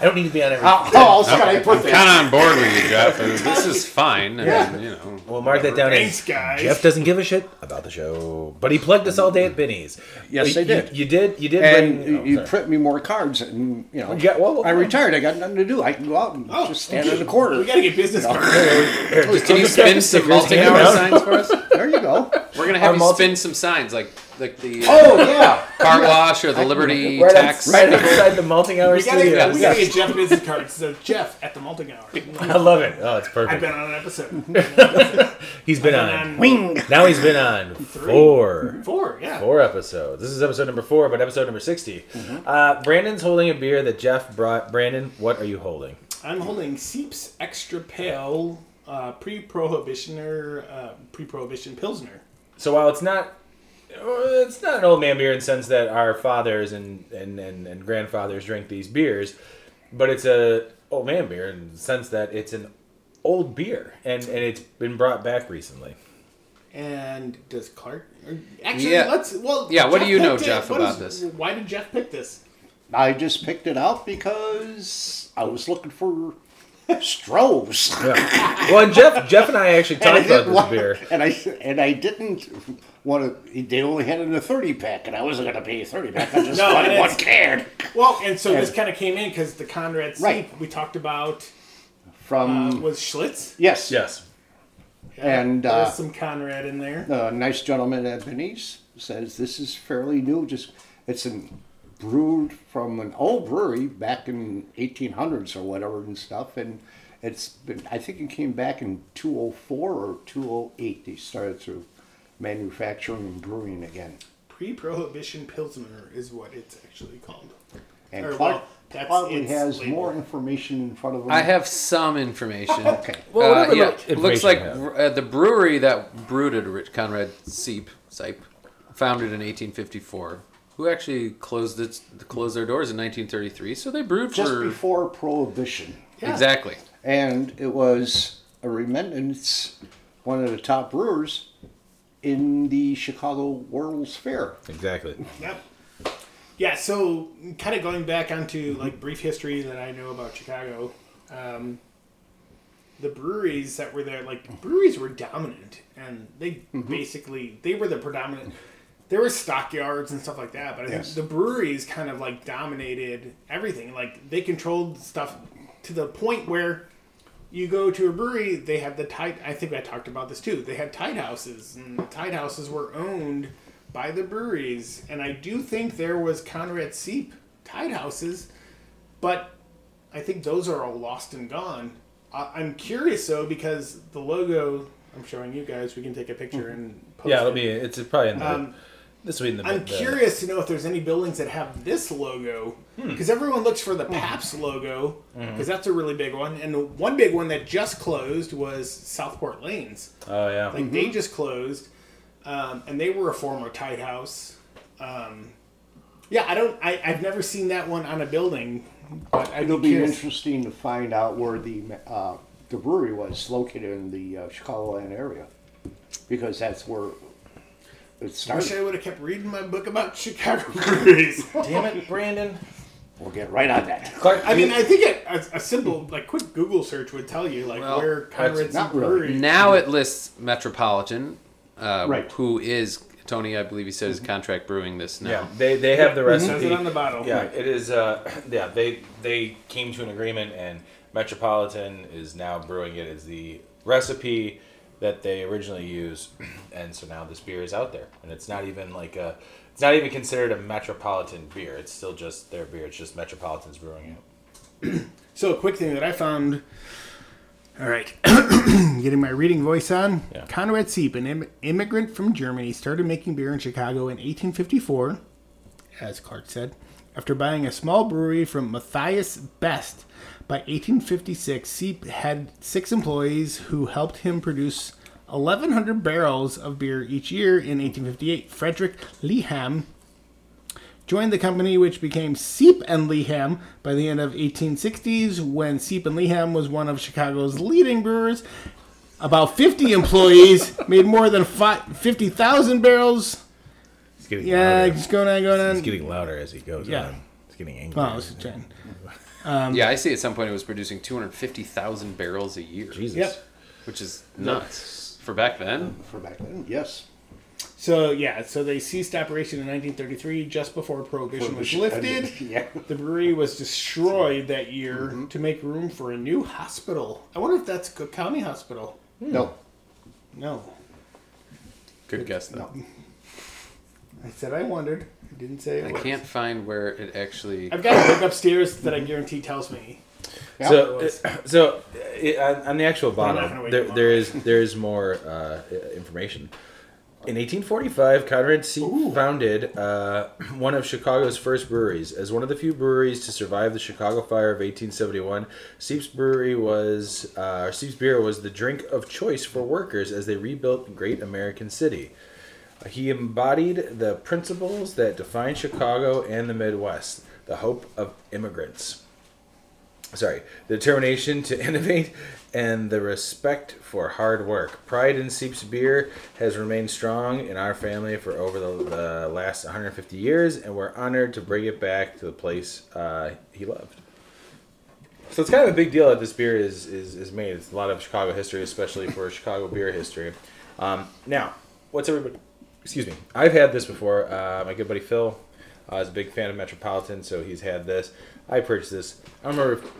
I don't need to be on every.
How else can I put
I'm kind of on board with you, Jeff. This is fine. I mean, you know.
We'll mark that down.
Thanks,
as
guys.
Jeff doesn't give a shit about the show, but he plugged us all day at Benny's.
Yes,
you,
I did.
You, you did. You did.
And
bring- oh,
you
sorry.
print me more cards, and you know,
Yeah, well,
I retired. I got nothing to do. I can go out and
Oh,
just stand
okay.
in the corner.
We got
*laughs*
to get business cards.
Can you spin some multi hour signs for us?
there you
*laughs*
go.
We're gonna have
Our
you
multi-
spin some signs like like the uh,
Oh yeah.
car wash or the Liberty
right,
tax.
outs- right outside the melting hour
We got to
studio.
we gotta get Jeff business cards. So Jeff at the Malting Hour.
I love it. Oh, it's
I've
perfect.
been on an episode.
He's been
And
on.
on
Wing.
Now he's been on four.
four, yeah.
Four episodes. This is episode number four, but episode number 60. Uh, Brandon's holding a beer that Jeff brought. Brandon, what are you holding?
I'm holding Seeps Extra Pale uh, pre-prohibitioner, uh, pre-prohibition Pilsner.
So while it's not, uh, it's not an old man beer in the sense that our fathers and and, and, and grandfathers drink these beers, but it's a old man beer in the sense that it's an old beer and and it's been brought back recently.
And does Clark? Or, actually,
Yeah.
let's. Well,
Yeah, what do you know,
picked it.
Jeff,
What
about
is-
this?
Why did Jeff pick this?
*laughs* I just picked it out because I was looking for
*laughs*
Strohs.
Well, and Jeff Jeff and I actually
*laughs*
talked
didn't
about this
want-
beer.
*laughs* and I and I didn't want to. They only had it in a thirty pack, and I wasn't going to pay a thirty pack. I just
*laughs* No, and
wanted
it's-
one can
Well, and so this kind of came in because the Conrad Seep
Right.
we talked about uh,
from
was Schlitz.
yes,
Yes.
and uh,
There's some Conrad in there.
a nice gentleman at Benny's says this is fairly new. Just it's an brewed from an old brewery back in 1800s or whatever and stuff, and it's been. I think it came back in 204 or 208. They started through manufacturing and brewing again.
Pre-prohibition Pilsner is what it's actually called.
And
Or,
Clark
well, that's
probably
its
has
label.
more information in front of him.
I have some
*laughs*
information.
Okay.
Well, whatever
uh, yeah,
the
it looks
information
like
you have.
uh, the brewery that brewed it, Rich Conrad Seep, Sipe, founded in 1854. Who actually closed its closed their doors in 1933? So they brewed
Just
for
before Prohibition.
exactly.
and it was a remembrance one of the top brewers in the Chicago World's Fair.
Exactly.
Yep. Yeah, so kind of going back onto like brief history that I know about Chicago, um, the breweries that were there, like breweries were dominant, and they
Mm-hmm.
basically they were the predominant. There were stockyards and stuff like that, but I
Yes.
think the breweries kind of like dominated everything. Like they controlled stuff to the point where you go to a brewery, they have the tide. I think I talked about this too. They had tide houses, and the tide houses were owned by the breweries. And I do think there was Conrad Seep tide houses, but I think those are all lost and gone. I- I'm curious though because the logo I'm showing you guys, we can take a picture and post
Yeah, it'll
it.
be. It's probably in the. this will be in the.
Um, I'm
the-
curious to know if there's any buildings that have this logo because everyone looks for the Paps logo because that's a really big one. And the one big one that just closed was Southport Lanes.
Oh yeah.
Like they just closed, um, and they were a former tight house. Um, yeah, I don't. I, I've never seen that one on a building, but I'd
It'll
be
be
curious.
interesting to find out where the uh, the brewery was located in the uh, Chicagoland area, because that's where it
I wish I
started.
would have kept reading my book about *laughs* Chicago breweries.
Damn it, Brandon.
We'll get right on that.
Clark.
I
do you-
mean, I think it, a, a simple, like, quick Google search would tell you, like,
Well,
where Conrad's
not really.
Brewery.
Now it lists Metropolitan, uh,
Right.
who is Tony? I believe he said is contract brewing this now.
Mm-hmm. Yeah, they they have the recipe.
Says it on the bottle.
Yeah,
Mm-hmm. Right.
it is. Uh, *clears throat* yeah, they they came to an agreement, and Metropolitan is now brewing it as the recipe that they originally used, *clears throat* and so now this beer is out there, and it's not even like a, it's not even considered a metropolitan beer. It's still just their beer. It's just Metropolitan's brewing it.
So a quick thing that I found. All right, *coughs* getting my reading voice on.
Yeah.
Conrad Sieb, an Im- immigrant from Germany, started making beer in Chicago in 1854, as Clark said, after buying a small brewery from Matthias Best. By 1856, Sieb had six employees who helped him produce 1,100 barrels of beer each year. In 1858, Frederick Leham joined the company which became Seep and Leham by the end of 1860s when Seep and Leham was one of Chicago's leading brewers. About 50 employees *laughs* made more than fi- 50,000 barrels.
It's getting
Yeah,
louder.
it's going on, going on.
Oh, It's getting louder as he goes.
Yeah.
on. it's getting angry.
Oh, I was trying.
um,
yeah, I see. At some point, it was producing 250,000 barrels a year,
Jesus. Um,
Yep.
which is nuts for back then.
for back then. Yes.
So, yeah, so they ceased operation in 1933 just before Prohibition was
*laughs*
lifted.
Yeah.
The brewery was destroyed that year to make room for a new hospital. I wonder if that's Cook County Hospital.
No.
No.
Good guess though.
No.
I said I wondered. I didn't say it
I
was.
can't find where it actually.
I've got a book upstairs that I guarantee tells me.
So, uh, *clears throat* so uh, on- on the actual
not gonna
bottom,
wait
there,
tomorrow.
there is there is more uh, information. In 1845, Conrad C. founded uh, *clears throat* one of Chicago's first breweries. As one of the few breweries to survive the Chicago Fire of 1871, Seep's Brewery was uh, Seep's beer was the drink of choice for workers as they rebuilt the great American city. He embodied the principles that define Chicago and the Midwest: the hope of immigrants sorry, the determination to *laughs* innovate and the respect for hard work. Pride in Seep's beer has remained strong in our family for over the, the last 150 years, and we're honored to bring it back to the place uh, he loved. So it's kind of a big deal that this beer is, is, is made. It's a lot of Chicago history, especially for Chicago beer history. Um, now, what's everybody? Excuse me. I've had this before. Uh, my good buddy Phil uh, is a big fan of Metropolitan, so he's had this. I purchased this. I remember, if-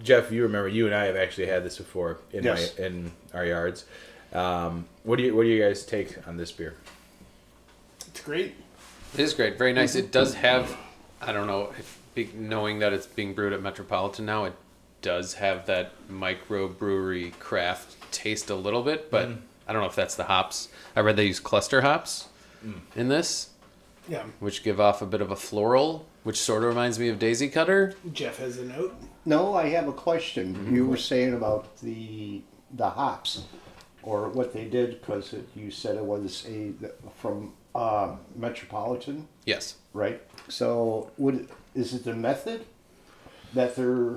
Jeff, you remember you and I have actually had this before in
Yes.
my in our yards. Um, what do you what do you guys take on this beer?
It's great.
It is great. Very nice. It does have, I don't know, if, be- knowing that it's being brewed at Metropolitan now, it does have that microbrewery craft taste a little bit, but I don't know if that's the hops. I read they use cluster hops in this,
Yeah.
which give off a bit of a floral, which sort of reminds me of Daisy Cutter.
Jeff has a note.
No, I have a question. You were saying about the the hops, or what they did, because you said it was a from uh, Metropolitan,
Yes.
right? So, would is it the method that they're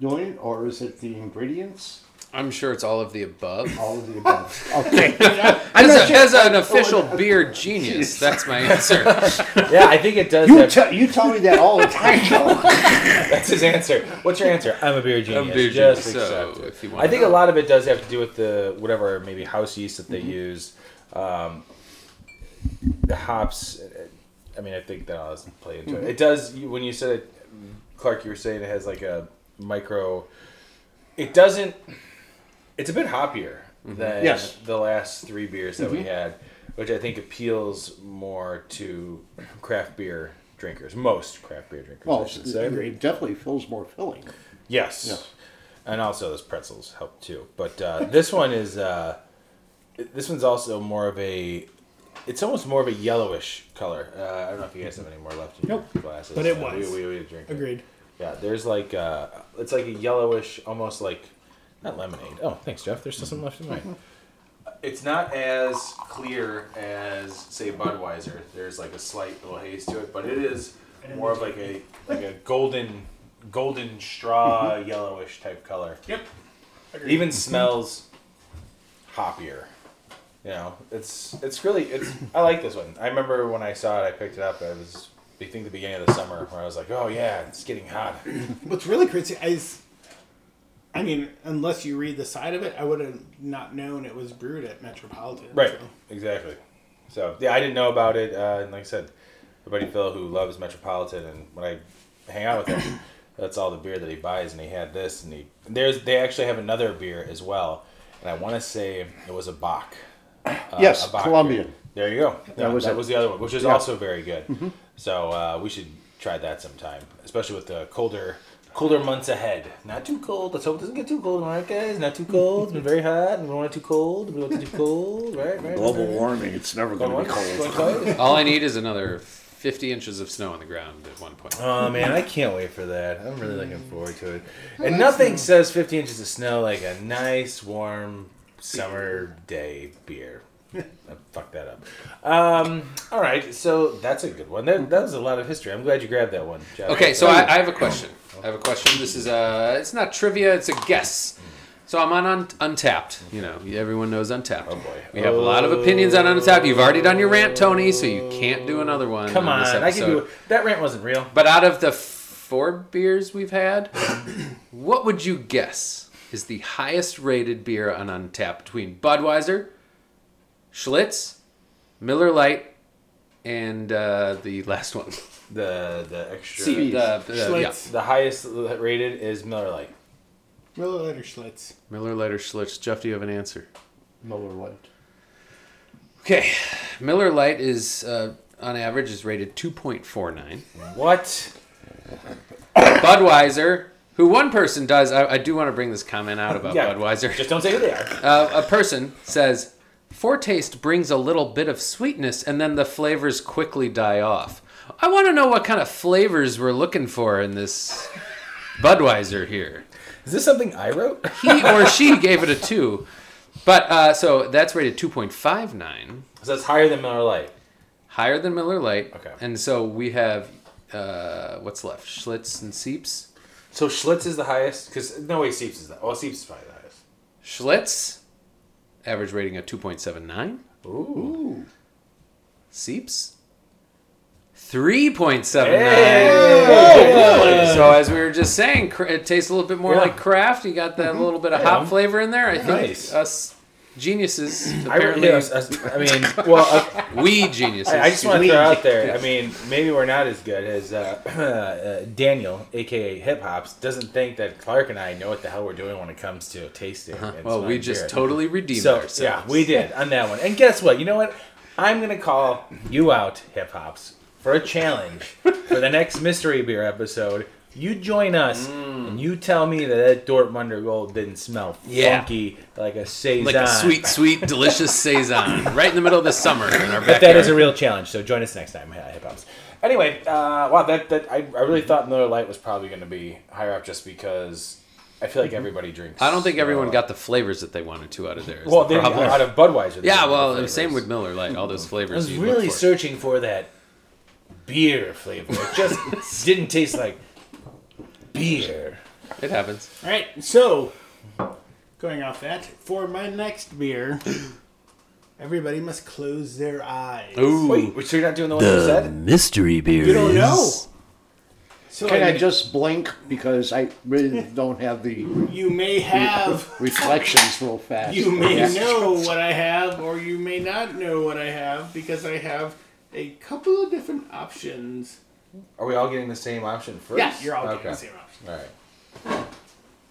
doing, or is it the ingredients?
I'm sure it's all of the above.
All of the above. *laughs* Okay.
As, a- as an official beer genius, that's my answer.
Yeah, I think it does.
You, tell you tell me that all the time. *laughs* Joe.
That's his answer. What's your answer? I'm a beer genius.
I'm a beer
Just
genius, so
accept it.
if you
I
wanna
think a
know. Mm-hmm.
lot of it does have to do with the whatever maybe house yeast that they use, um, the hops. I mean, I think that all does play into
Mm-hmm.
it. It does you- when you said it, Clark. You were saying it has like a micro. It doesn't. It's a bit hoppier
Mm-hmm.
than
Yes.
the last three beers that we had, which I think appeals more to craft beer drinkers. Most craft beer drinkers,
Well,
I should say.
it definitely feels more filling.
Yes. And also those pretzels help too. But uh, *laughs* this one is uh, this one's also more of a it's almost more of a yellowish color. Uh, I don't know if you guys have any more left in
Nope.
your glasses.
But it
Uh,
was.
We, we, we drink it.
Agreed.
Yeah, there's like uh, it's like a yellowish, almost like not lemonade. Oh, thanks, Jeff. There's still some left in *laughs* mine. It's not as clear as say Budweiser. There's like a slight little haze to it, but it is more of like a like a Mm-hmm. golden golden straw yellowish type color.
Yep.
It even smells hoppier. You know, it's it's really it's. I like this one. I remember when I saw it, I picked it up. I was I think the beginning of the summer where I was like, oh yeah, it's getting hot.
What's really crazy is, I mean, unless you read the side of it, I would have not known it was brewed at Metropolitan.
Right.
so.
Exactly. So yeah, I didn't know about it. Uh, and like I said, my buddy Phil, who loves Metropolitan, and when I hang out with him, *coughs* that's all the beer that he buys. And he had this, and he there's they actually have another beer as well, and I want to say it was a Bach. uh,
yes,
a Bach
Colombian.
beer. There you go. That,
was
was, that
it.
was the other one, which is
Yeah. Mm-hmm.
also very good. So uh, we should try that sometime, especially with the colder colder months ahead. Not too cold. Let's hope it doesn't get too cold, all right, guys? Not too cold. It's been very hot, and we don't want it too cold. We don't want it too cold, right? right
Global
right.
warming. It's never
Don't
going
want
to be cold.
cold.
All I need is another 50 inches of snow on the ground at one point.
Oh man, I can't wait for that. I'm really looking forward to it. And nothing says 50 inches of snow like a nice warm summer day *laughs* beer. I fucked that up. Um, all right, so that's a good one. That, that was a lot of history. I'm glad you grabbed that one. Jeff.
Okay, so I, I have a
Oh.
question. I have a question. This is uh it's not trivia, it's a guess. So I'm on un- Untapped. You know, everyone knows Untapped. Oh
boy.
We have a lot of opinions on Untapped. You've already done your rant, Tony, so you can't do another one.
Come on,
on, this
I can do
episode.
it. That rant wasn't real.
But out of the four beers we've had, what would you guess is the highest rated beer on Untapped between Budweiser, Schlitz, Miller Lite, and uh, the last one?
The the extra
The- the- yeah.
Schlitz.
the highest rated is Miller Lite.
Miller Lite or Schlitz?
Miller Lite or Schlitz? Jeff, do you have an answer?
Miller Lite.
Okay, Miller Lite is uh, on average is rated two point four nine.
What?
Budweiser, who one person does, I, I do want to bring this comment out about
Yeah.
Budweiser.
Just don't say who they are.
Uh, a person says, foretaste brings a little bit of sweetness and then the flavors quickly die off. I want to know what kind of flavors we're looking for in this Budweiser here.
Is this something I wrote?
He or she gave it a two, but uh, so that's rated 2.59,
So it's higher than Miller Lite.
higher than Miller Lite.
Okay.
And so we have uh, what's left? Schlitz and Seeps.
So Schlitz is the highest because no way Seeps is that. Well, Seeps is probably the highest.
Schlitz, average rating of 2.79.
Ooh.
Seeps. 3.79. So as we were just saying, cr- it tastes a little bit more
Yeah. Mm-hmm.
like craft. You got that little bit of hop flavor in there. I think
Nice.
us geniuses,
I,
apparently
really, I, I mean, *laughs* well, I,
we geniuses.
I just want to throw out there. *laughs* I mean, maybe we're not as good as uh, *clears throat* uh, Daniel, aka Hip Hops, doesn't think that Clark and I know what the hell we're doing when it comes to tasting. and
well, we
smelling
just
beer.
totally redeemed
So
ourselves.
yeah, we did on that one. And guess what? You know what? I'm gonna call you out, Hip Hops, for a challenge for the next mystery beer episode. You join us
Mm.
and you tell me that that Dortmunder Gold didn't smell
Yeah.
funky like a saison.
like a sweet, sweet,
*laughs*
delicious saison right in the middle of the summer in our
But that
backyard.
is a real challenge. So join us next time, uh, hip hops. Anyway, uh, wow, that, that I, I really thought Miller Lite was probably going to be higher up just because I feel like everybody drinks.
Mm-hmm. I don't think everyone
Miller
got the flavors that they wanted to out of there. is
Lite. Well,
the
they
problem.
out of Budweiser. they
yeah,
got
well,
the
the same
flavors.
with Miller Lite. All those flavors.
I was
you look
really
for.
searching for that beer flavor. It just *laughs* didn't taste like beer.
It happens.
All right, so going off that for my next beer, everybody must close their eyes.
Ooh.
Wait, so you're not doing the one you said?
mystery beer.
You don't know. So
Can
I
I
mean,
just blink because I really don't have the
you may have,
reflections real fast.
you may
Yeah.
know what I have, or you may not know what I have because I have a couple of different options.
Are we all getting the same option first?
Yeah, you're all getting the same option.
All right.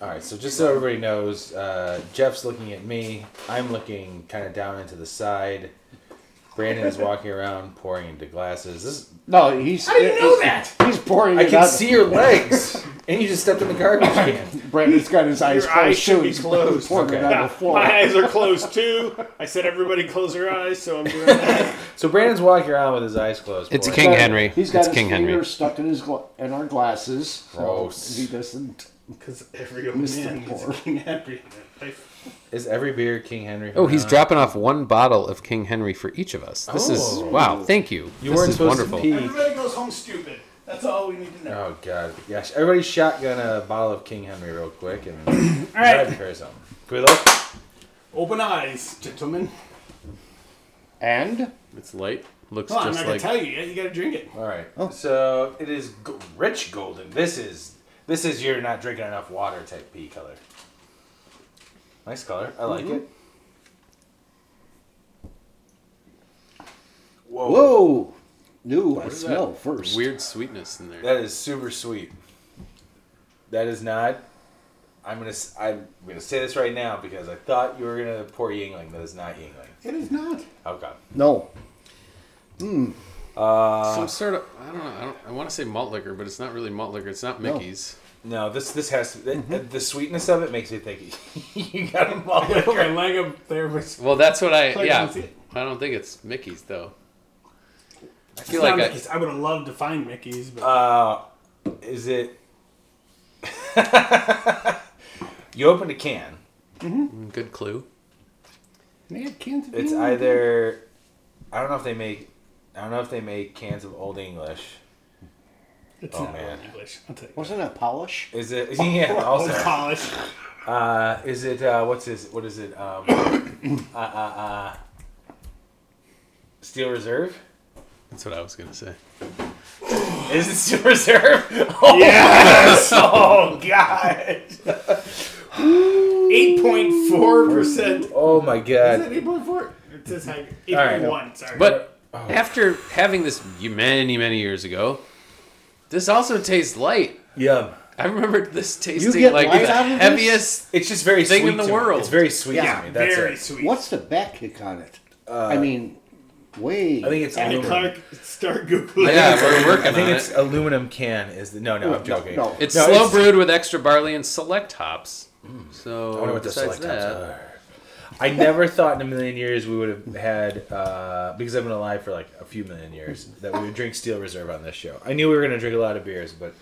All right. So just so everybody knows, uh, Jeff's looking at me. I'm looking kind of down into the side. Brandon's walking around pouring into glasses. This,
No, he's.
How do you know that?
He's pouring
I
it
can
out.
see your legs, and you just stepped in the garbage can.
Brandon's got his eyes
Your
closed.
eyes should
too.
be
He's
closed.
pouring it
Okay.
on the floor.
My eyes are closed too. I said everybody close their eyes, so I'm doing *laughs* that.
So Brandon's walking around with his eyes closed.
It's
pouring.
King
Got-
Henry.
He's got
It's
his
King Henry.
finger stuck in his gla- in our glasses. so
Gross.
He doesn't.
Because every old
Mr.
man is
Poor.
King Henry. in their life.
Is every beer King Henry?
Oh, he's
Uh,
dropping off one bottle of King Henry for each of us. This is
Oh.
wow. Thank you.
You
this
weren't
is
supposed
wonderful.
to pee.
Everybody goes home stupid. That's all we need to know.
Oh god, yeah. sh- Everybody shotgun a bottle of King Henry real quick and
*clears throat*
All right.
drive for something. Can we look?
Open eyes, gentlemen.
And
It's light. Looks
Well, I'm not
just
gonna
like
tell you yet. You gotta drink it.
All right.
Oh.
So it is g- rich golden. This is this is your not drinking enough water type pea color. Nice color. I
Mm-hmm.
like it. Whoa.
whoa, new I smell
that?
first.
weird sweetness in there.
That is super sweet. That is not I'm gonna s- I'm gonna say this right now because I thought you were gonna pour Yingling. That is not Yingling.
It is *laughs* not.
Oh god.
No.
Some sort of I don't know. I, don't, I want to say malt liquor, but it's not really malt liquor. It's not Mickey's.
No, this this has to,
Mm-hmm.
the, the sweetness of it makes me think *laughs* you got a
*laughs*
malt liquor.
My leg up there was.
Well, that's what I
Clarence,
yeah.
that's it.
I don't think it's Mickey's though. I
It's
feel like
not
I,
Mickey's. I would have loved to find Mickey's, but
Is it? *laughs* you opened a can.
good clue.
they had cans of
It's
Yingling.
either I don't know if they make I don't know if they make cans of Old English.
It's
oh,
not
man.
English. I'll tell you.
Wasn't that polish?
Is it? *laughs*
*laughs*
Yeah.
Old
Also,
polish.
uh, is it? Uh, what's this? What is it?
*coughs*
Um, uh, uh, uh, Steel Reserve.
That's what I was gonna say.
Is it Steel Reserve? *laughs* Oh,
Yes!
oh god.
Eight point four percent. Is
Oh my
that
god.
eight point four? It says high. Eight
right.
point one. Sorry.
But after having this many many years ago, this also tastes light.
Yum.
I remember this tasting
get
like
light
the
out of this?
heaviest.
It's just very
Thing
sweet
in the
to me.
world.
It's very sweet
Yeah,
to me. That's
very
it.
sweet.
What's the back kick on it? I mean, way.
I think it's
Andy
aluminum.
Clark? Start googling.
Yeah, we're working
I think
on
it's
it.
aluminum can. Is the, no, no, I'm
No,
joking.
no.
Uh, It's
No,
slow
it's-
brewed with extra barley and select hops. So
I wonder what the
besides
select types
that,
are. I never thought in a million years we would have had uh, because I've been alive for like a few million years that we would drink Steel Reserve on this show. I knew we were gonna drink a lot of beers, but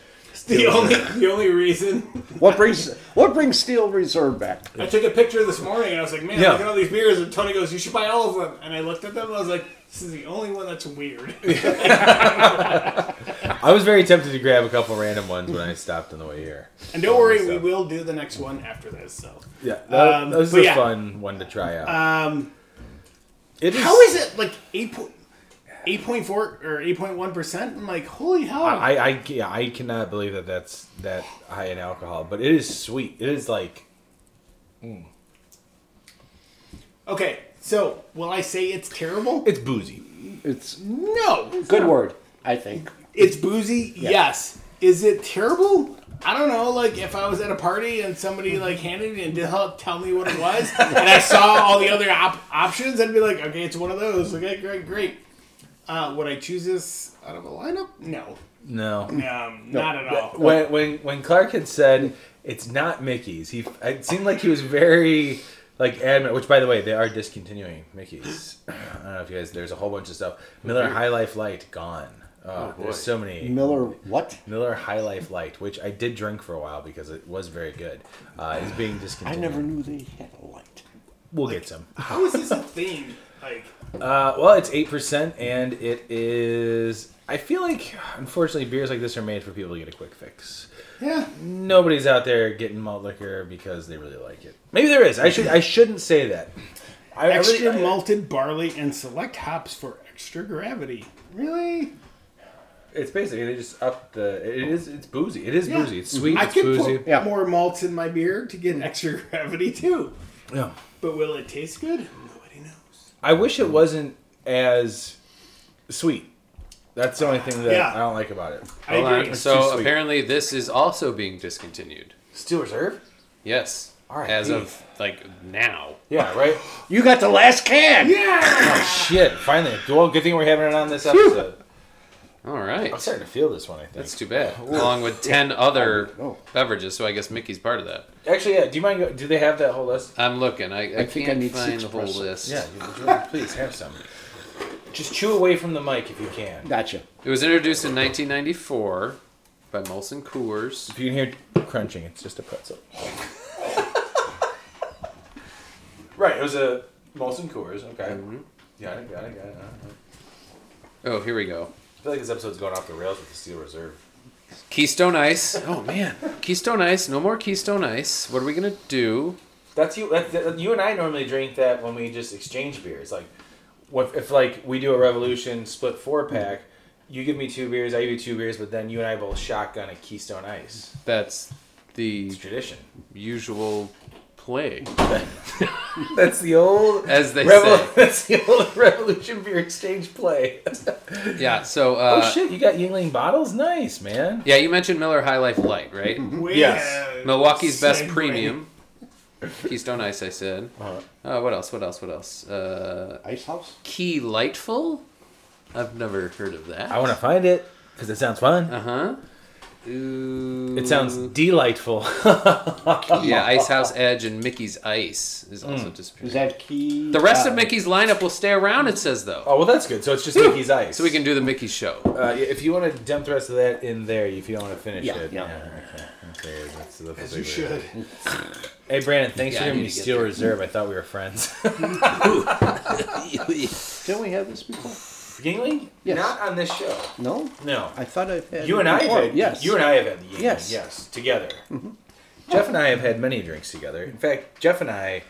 The only the only reason
What brings what brings Steel Reserve back?
I took a picture this morning and I was like, man,
Yeah.
look at all these beers. And Tony goes, you should buy all of them. And I looked at them and I was like, this is the only one that's
*laughs*
weird.
I was very tempted to grab a couple random ones when I stopped on the way here.
and don't worry, we
So-
will do the next one after this. So,
Yeah, that,
Um,
that was
but
a
yeah.
fun one to try out.
um,
it is,
how is it like eight point eight point four or eight point one percent? I'm like, holy hell!
I I yeah, I cannot believe that that's that high in alcohol, but it is sweet. It is like
okay, so will I say it's terrible?
it's boozy.
It's
no,
good word, I think.
it's boozy. Yes. Is it terrible? I don't know. Like if I was at a party and somebody like handed me and did help tell me what it
*laughs*
was, and I saw all the other op- options, I'd be like, okay, it's one of those. Okay, great, great. Uh, would I choose this out of a lineup? No,
No,
um, not at all.
when when when Clark had said it's not Mickey's, he it seemed like he was very like adamant. Which, by the way, they are discontinuing Mickey's. I don't know if you guys. There's a whole bunch of stuff. Miller High Life Light gone. Oh,
boy.
there's so many
Miller, what?
Miller High Life Light, which I did drink for a while because it was very good, uh, is being
I
discontinued.
never knew they had a light.
We'll get some.
How is this a thing? Like,
Uh, well, it's eight percent, and it is. I feel like, unfortunately, beers like this are made for people to get a quick fix.
yeah,
nobody's out there getting malt liquor because they really like it. Maybe there is. I should I shouldn't say that. I, I
extra
really, I-
malted barley and select hops for extra gravity. Really?
It's basically they just up the. It is. It's boozy. It is
Yeah.
boozy. It's sweet.
I
it's
could
boozy.
put
Yeah.
more malts in my beer to get extra *laughs* gravity too.
Yeah.
But will it taste good? Nobody knows.
I wish it wasn't as sweet. That's the only thing that
Yeah.
I don't like about it.
I
Hold on.
agree.
too
So
sweet.
apparently, this is also being discontinued.
Steel Reserve.
Yes.
R.I.P.
As of like now.
Yeah. Right.
You got the last can.
Yeah.
Shit. Finally. Well, good thing we're having it on this episode.
All right.
I'm starting to feel this one. I think.
That's too bad. Along with ten other
Oh.
beverages, so I guess Mickey's part of that.
Actually, yeah. Do you mind? Go, do they have that whole list?
I'm looking. I, I,
I think I
can't
need
find
six
the whole
presses.
list.
Yeah. you- Please have some. Just chew away from the mic if you can.
Gotcha.
It was introduced in 1994 by Molson Coors.
If you can hear crunching, it's just a pretzel. *laughs* right, it was a Molson Coors. Okay. Got it, got it, got it. uh-huh.
Oh, here we go.
I feel like this episode's going off the rails with the Steel Reserve.
Keystone Ice. *laughs* Oh man, Keystone Ice. No more Keystone Ice. What are we gonna do?
That's you. That, that- you and I normally drink that when we just exchange beers. Like, what if like we do a Revolution split four pack? You give me two beers, I give you two beers, but then you and I both shotgun a Keystone Ice.
That's the
It's tradition.
usual play.
That's the old
As they say.
*laughs* That's the old Revolution beer exchange play.
Yeah. So. Uh,
oh shit! You got Yingling bottles. Nice man.
Mm-hmm.
Yeah, you mentioned Miller High Life Light, right?
Well,
Yes.
a
Milwaukee's best
segue.
premium. *laughs* Keystone Ice, I said. Uh, what else? What else? What else? Uh,
Ice House?
Key Lightful? I've never heard of that.
I want to find it because it sounds fun.
Uh huh. Ooh.
It sounds
Um,
delightful. *laughs*
Yeah, Ice House Edge and Mickey's Ice is also
Mm.
disappearing.
Is that key?
the rest of
uh,
Mickey's lineup will stay around, it says, though.
oh well, that's good. So it's just Mickey's ice.
So we can do the Mickey show.
Uh, yeah, if you want to dump the rest of that in there, if you don't want to finish
Yeah,
it.
yeah.
okay. Okay, that's the
As you should.
Hey, Brandon, thanks
Yeah,
for
I
giving
need
me
to get
Steel
there.
Reserve. I thought we were friends. *laughs*
Didn't we have this before?
Yingling?
Yes.
Not on this show.
No?
No.
I thought I've had
you
it
and I
before.
have had,
Yes.
You and I have had the Yingling.
Yes. Mm-hmm.
Yes. together. Jeff and I have had many drinks together. In fact, Jeff and I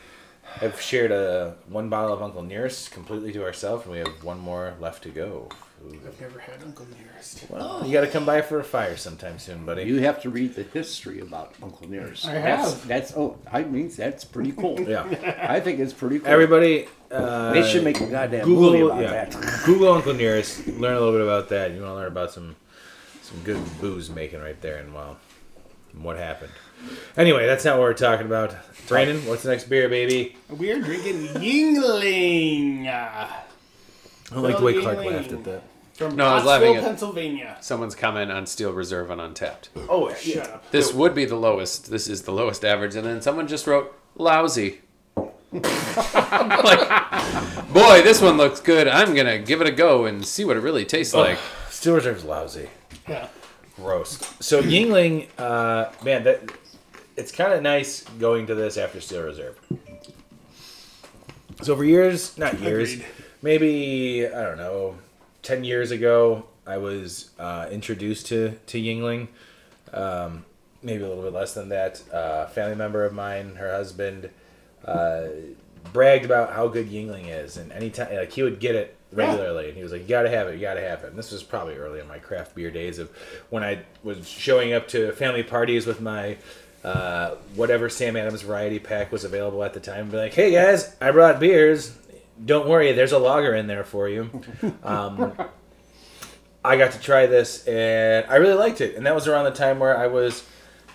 have shared a one bottle of Uncle Nearest completely to ourselves, and we have one more left to go. Ooh.
I've never had Uncle Nearest.
You got to come by for a fire sometime soon, buddy.
Oh. You have to read the history about Uncle Nearest.
I
That's-
have.
That's, oh, I mean, that's
*laughs*
pretty cool.
yeah.
I think it's pretty cool. *laughs*
Everybody, uh,
they should make a goddamn movie
Google,
about
yeah,
that.
*laughs* Google Uncle Nearest. Learn a little bit about that. You want to learn about some some good booze making right there, and well, and what happened. Anyway, that's not what we're talking about. Brandon, what's the next beer, baby?
We are drinking Yingling uh,
I don't like the way Clark laughed at that.
from
No, I was
Pottsville,
laughing at-
Pennsylvania.
Someone's comment on Steel Reserve on Untapped.
Oh, shut up.
This would be the lowest. This is the lowest average. And then someone just wrote lousy. I'm like, boy, this one looks good. I'm gonna give it a go and see what it really tastes like.
Steel Reserve's lousy.
Yeah.
Gross. So Yingling, uh, man, that it's kind of nice going to this after Steel Reserve. So for years, not years,
Agreed.
maybe I don't know, ten years ago, I was uh, introduced to to Yingling. Um, maybe a little bit less than that. Uh, family member of mine, her husband, uh, bragged about how good Yingling is, and anytime like he would get it regularly, and he was like, "You gotta have it, you gotta have it." And this was probably early in my craft beer days of when I was showing up to family parties with my uh, whatever Sam Adams variety pack was available at the time, and be like, "Hey guys, I brought beers. Don't worry, there's a lager in there for you." Um, I got to try this and I really liked it. And that was around the time where I was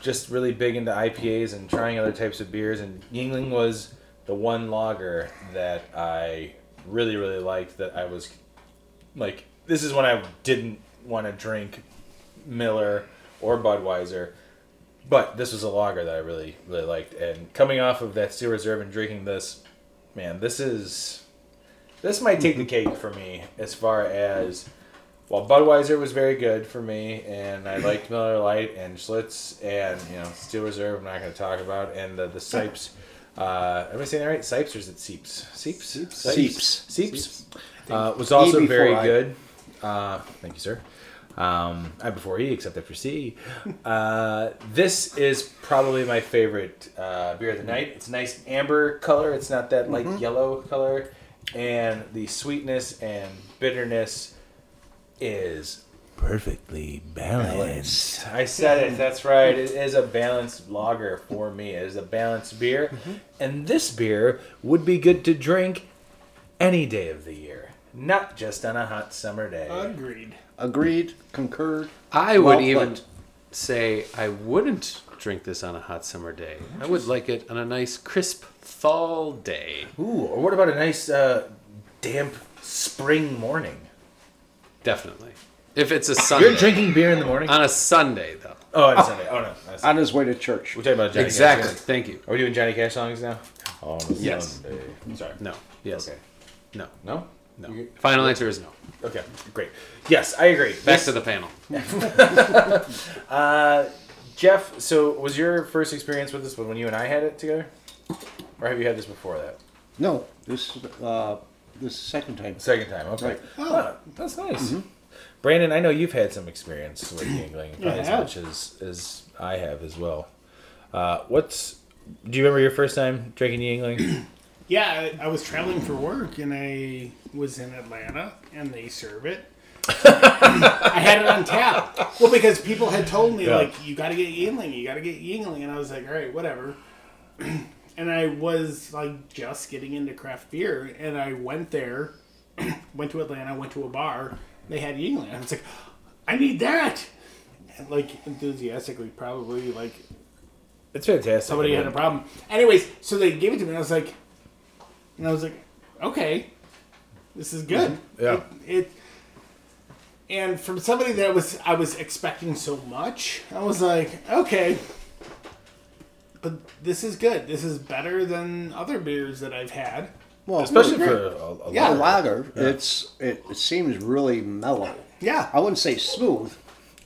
just really big into IPAs and trying other types of beers. And Yingling was the one lager that I really, really liked. That I was like, this is when I didn't want to drink Miller or Budweiser. But this was a lager that I really, really liked. And coming off of that Steel Reserve and drinking this, man, this is. This might take the cake for me as far as well, Budweiser was very good for me, and I liked Miller Lite and Schlitz and you know Steel Reserve. I'm not going to talk about and the the Sipes. Uh, am I saying that right? Sipes or is it Seeps? Seeps.
Seeps.
Seeps. Uh, was also very
before I.
good. Uh, thank you, sir. Um, I before E, except after C. Uh, this is probably my favorite uh, beer of the night. It's a nice amber color. It's not that
Mm-hmm.
like yellow color, and the sweetness and bitterness is perfectly balanced. I said it. That's right. It is a balanced lager for me. It is a balanced beer, and this beer would be good to drink any day of the year, not just on a hot summer day.
Agreed.
Agreed, concurred.
I
Well
would even
put.
say I wouldn't drink this on a hot summer day. I would like it on a nice crisp fall day.
Ooh, or what about a nice uh, damp spring morning?
Definitely. If it's a Sunday.
You're drinking beer in the morning?
on a Sunday though.
oh, on Sunday. Oh no, on Sunday.
On his way to church.
we're talking about Johnny
exactly.
Cash.
Thank you.
Are we doing Johnny Cash songs now? On a
Yes.
Sunday. Sorry.
No. Yes.
Okay.
No.
No.
No.
You-
Final answer is no.
Okay. Great. Yes, I agree.
Back to the panel.
Jeff. So, was your first experience with this one when you and I had it together, or have you had this before that?
No, this uh, this second time.
Second time. Okay.
Right.
Oh, that's nice. Brandon, I know you've had some experience with Yingling
I
as
have.
much as as I have as well. Uh, what's do you remember your first time drinking Yingling?
Yeah, I, I was traveling for work and I was in Atlanta and they serve it. I had it on tap. Well, because people had told me,
Yeah.
like, you got to get Yingling, you got to get Yingling. And I was like, all right, whatever. *clears throat* and I was, like, just getting into craft beer. And I went there, *clears throat* went to Atlanta, went to a bar. They had Yingling. And I was like, I need that. And, like, enthusiastically, probably, like,
It's fantastic.
somebody had a problem. Anyways, so they gave it to me, and I was like, and I was like, okay, this is good.
Yeah.
It, and from somebody that was I was expecting so much, I was like, okay, but this is good. This is better than other beers that I've had.
Well,
Especially
really,
for a, a
yeah,
lager.
lager. It's it, it seems really mellow.
Yeah,
I wouldn't say smooth.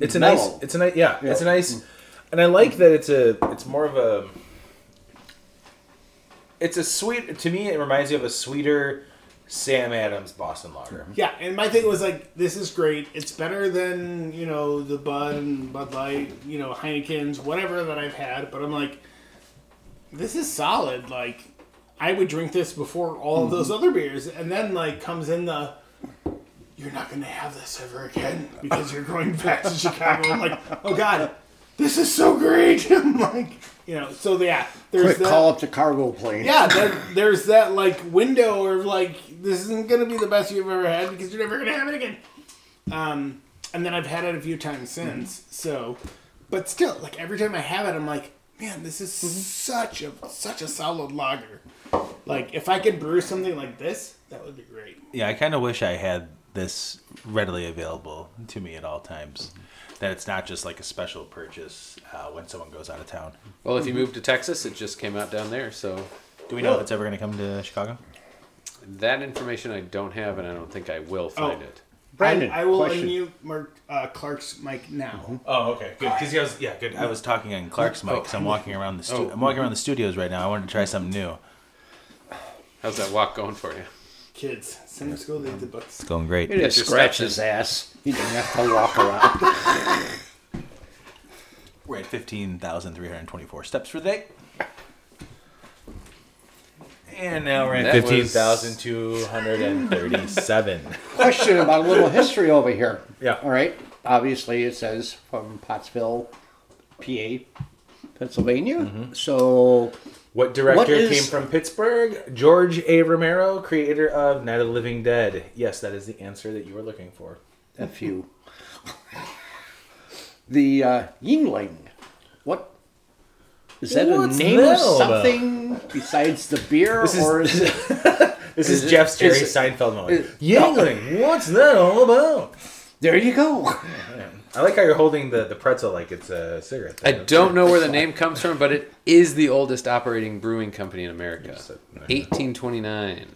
It's a nice.
mellow.
It's a nice. Yeah, it's a
Mm.
nice. And I like that it's a. It's more of a. It's a sweet. To me, it reminds me of a sweeter Sam Adams Boston Lager.
Mm-hmm.
yeah. And my thing was like, this is great. It's better than you know the Bud and Bud Light, you know Heineken's, whatever that I've had. But I'm like, this is solid. Like, I would drink this before all of those other beers, and then like comes in the. You're not gonna have this ever again because you're going back to Chicago. I'm like, oh god, this is so great. *laughs* I'm like, you know, so yeah, there's
Quick
that.
call up to cargo plane.
Yeah, that, there's that like window of like this isn't gonna be the best you've ever had because you're never gonna have it again. Um, and then I've had it a few times
Mm-hmm.
since. So, but still, like every time I have it, I'm like, man, this is
Mm-hmm.
such a such a solid lager. Like if I could brew something like this, that would be great.
Yeah, I kind of wish I had this readily available to me at all times. That it's not just like a special purchase uh, when someone goes out of town.
Well, if you move to Texas, it just came out down there, so
Do we know if it's ever going to come to Chicago?
that information I don't have, and I don't think I will find
Oh.
it.
Brandon,
I, I will
question. Mm-hmm.
unmute Mark uh, Clark's mic now.
Oh, okay, good. Because was yeah, good.
I was talking on Clark's mic, so I'm walking around the stu-
Oh.
I'm walking around the studios right now. I wanted to try something new.
How's that walk going for you?
Kids, send them to school. They have the books.
It's going great.
He didn't
your
scratch
steps
his ass. He didn't have to walk around.
We're at fifteen thousand three hundred twenty-four steps for the day. And now we're at
That was-
Fifteen thousand two hundred and thirty-seven.
question about a little history over here.
Yeah.
All right. Obviously, it says from Pottsville, PA, Pennsylvania.
Mm-hmm.
So
What director
What is-
came from Pittsburgh? George A. Romero, creator of Night of the Living Dead. Yes, that is the answer that you were looking for.
a few. the uh, Yingling. What? Is that
What's
a name
that
of
all about?
something besides the beer,
This is-
or
*laughs*
is it?
This
Is
is,
it-
Jeff's Jerry
is it-
Seinfeld moment.
is-
Yingling, what's that all about?
There you go.
I like how you're holding the, the pretzel like it's a cigarette.
*laughs* I don't know where the name comes from, but it is the oldest operating brewing company in America. 1829.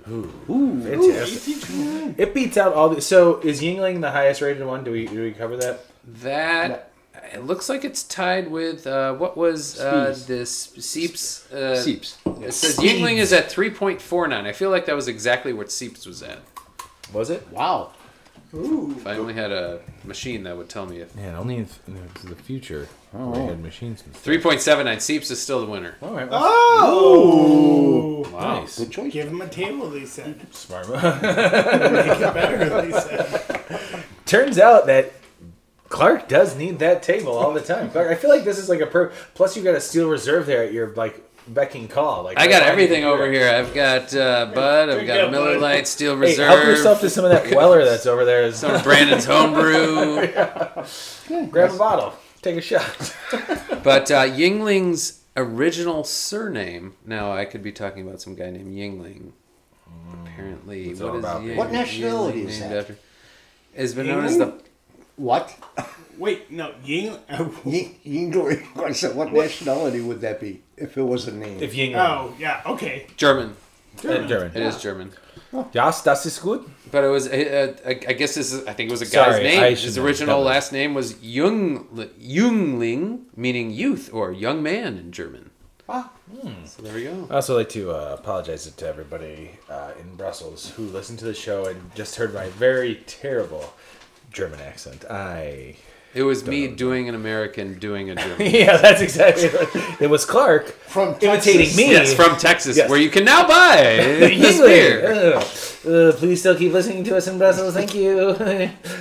Fantastic. It beats out all the. So is Yingling the highest rated one? Do we do we cover that?
That it looks like it's tied with uh, what was uh,
Steve's.
this Seeps. Uh,
Seeps.
It says Yingling is at 3.49. I feel like that was exactly what Seeps was at.
Was it?
Wow.
Ooh,
If I only had a machine that would tell me if
Man, only in the future. Oh,
they had
machines.
3.79 Seeps is still the winner.
All right. Oh!
Wow.
Good choice.
give them a table. They said.
Smart.
Make it better. They said.
*laughs* Turns out that Clark does need that table all the time. Clark, I feel like this is like a per. Plus, you got a steel reserve there at your like becking call. Like
I got
why
everything
didn't you-
over here. I've got uh, Bud. I've got
up,
Miller
Bud.
Lite, Steel
Hey, help yourself
Reserve,
to some of
*laughs*
that Weller that's over there. *laughs*
Brandon's Homebrew.
Grab
*laughs*
a bottle, take a shot.
But uh, Yingling's original surname. Now I could be talking about some guy named Yingling. Apparently,
all
what is
about
Ying-
What
nationality
Yingling
is
named
that?
after? Has been known as the
What?
Wait, no, Ying. *laughs* Oh,
Ying- *laughs* Yingling. I said, what nationality would that be if it was a name?
if *laughs* Oh. Ying,
oh, yeah, okay.
German.
German.
It is German.
Yes, das ist gut.
But it was. Uh, uh, I I guess this is. I think it was a guy's
Sorry,
name.
I
His
should know.
original
That was-
last name was Jung Jungling, meaning youth or young man in German.
Ah.
So there we go.
I also like to uh, apologize to everybody uh, in Brussels who listened to the show and just heard my very terrible German accent. I
It was me doing an American doing a
*laughs*
German.
yeah, that's *laughs* exactly. What, it was Clark
From
imitating
Texas.
me.
yes,
*laughs*
from Texas,
Yes.
where you can now
*laughs*
buy this
Yingling.
beer.
Ugh. Ugh, Uh, please still keep listening to us in Brussels. Thank you. *laughs*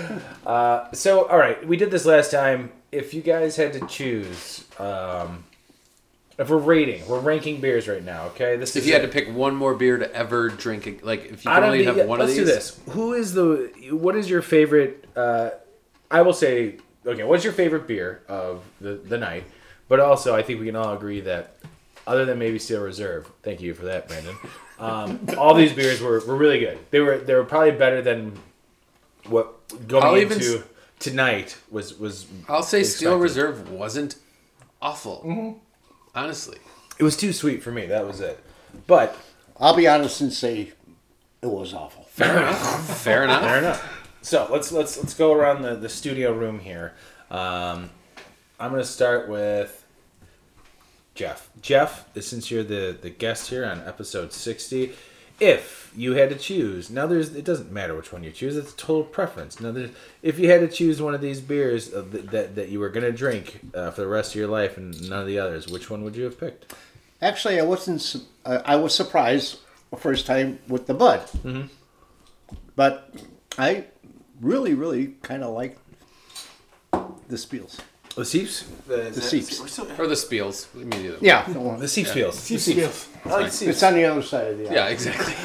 uh, so, all right, we did this last time. If you guys had to choose, um, if we're rating, we're ranking beers right now. Okay, this
If
is
you had
it.
to pick one more beer to ever drink, it- like if you
Out
can
of
only
the-
have one
let's
of these,
do this. Who is the? What is your favorite? Uh, I will say. Okay, what's your favorite beer of the the night? But also, I think we can all agree that, other than maybe Steel Reserve, thank you for that, Brandon. *laughs* Um, all these beers were, were really good. They were they were probably better than what going
I'll even
into
s-
tonight was was.
I'll say Steel
expected.
Reserve wasn't awful.
Mm-hmm.
Honestly,
It was too sweet for me. That was it. But
I'll be honest and say it was awful.
*laughs*
fair enough.
Fair enough. So let's let's let's go around the, the studio room here. Um, I'm gonna start with Jeff. Jeff, since you're the the guest here on episode 60, if you had to choose, now there's it doesn't matter which one you choose. It's total preference. Now, there's, if you had to choose one of these beers uh, th- that that you were gonna drink uh, for the rest of your life and none of the others, which one would you have picked?
Actually, I wasn't. su- Uh, I was surprised the first time with the bud, mm-hmm. but I really, really kind of like the Spiels.
The Seeps.
The Seeps.
Or the Spiels. We mean either one.
Yeah,
The Seeps feels.
it's on the other side of the aisle.
Yeah, exactly.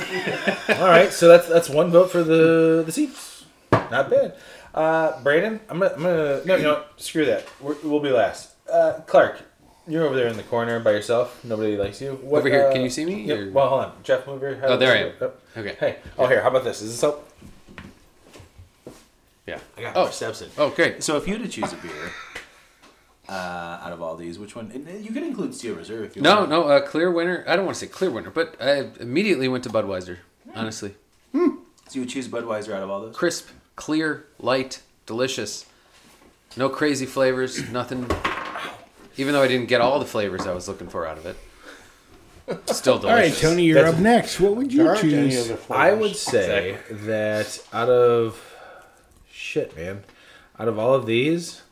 *laughs*
All right, so that's that's one vote for the the Chiefs. Not bad. Uh, Brandon, I'm gonna, I'm gonna no no screw that. We're, we'll be last. Uh, Clark, you're over there in the corner by yourself. Nobody likes you. What,
Over here,
uh,
can you see me,
yep,
or-
Well, hold on, Jeff, move your head.
Oh, there I am.
Yep.
Okay.
Hey, oh here, how about this? Is this help?
Yeah.
I got
Oh.
more steps in.
Oh, great.
So if you had to choose a beer uh, out of all these, which one? And you could include Steel Reserve if you
No,
want.
no, uh, clear winner. I don't want to say clear winner, but I immediately went to Budweiser. Honestly,
Hmm. So you would choose Budweiser out of all those?
crisp, clear, light, delicious. No crazy flavors. Nothing. Even though I didn't get all the flavors I was looking for out of it, still delicious.
All right, Tony, you're
That's-
up next. What would
There
you
aren't any
choose?
other
I
Oh,
flavors.
would say that out of shit, man, out of all of these.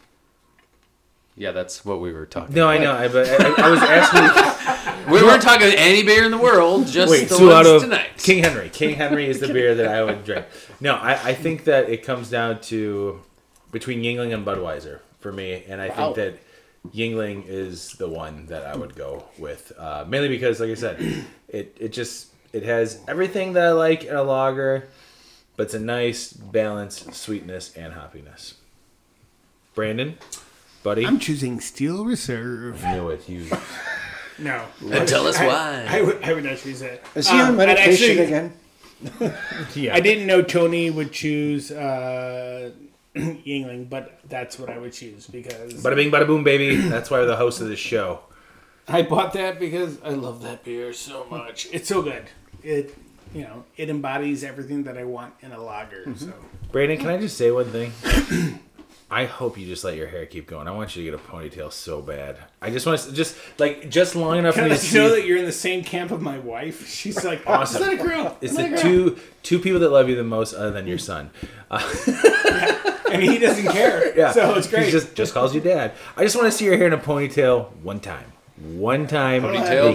Yeah, that's what we were talking.
No, I know. I, but I,
*laughs*
I was asking.
about. We weren't talking any beer in the world, just
Wait,
the
two
ones
out of
tonight.
King Henry. King Henry is the beer that I
*laughs*
would drink. No, I, I think that it comes down to between Yingling and Budweiser for me, and I
Wow.
think that Yingling is the one that I would go with, uh, mainly because, like I
*clears throat*
said, it it just it has everything that I like in a lager, but it's a nice balance, sweetness and hoppiness. Brandon, buddy,
I'm choosing Steel Reserve.
I knew it. You
No.
And tell us why.
I would, I would not choose that.
Is
Ah,
he on
I'd
medication
actually-
again?
yeah.
I didn't know Tony would choose uh, *clears throat* Yingling, but that's what I would choose because
Bada bing, bada boom, baby. That's why we're the host of this show.
I bought that because I love that beer so much. It's so good. It you know it embodies everything that I want in a lager.
Mm-hmm.
So
Brandon, can I just say one thing? *coughs* I hope you just let your hair keep going. I want you to get a ponytail so bad. I just want to just like just long enough for
I
me to
let
see.
you know that you're in the same camp of my wife. *laughs* She's like, awesome. Is that a girl?
it's
Is that
the
a girl?"
two two people that love you the most, other than your son.
And he doesn't care.
*laughs* Yeah,
So it's
He
great.
just just calls you dad. I just want to see your hair in a ponytail one time, one time.
Ponytail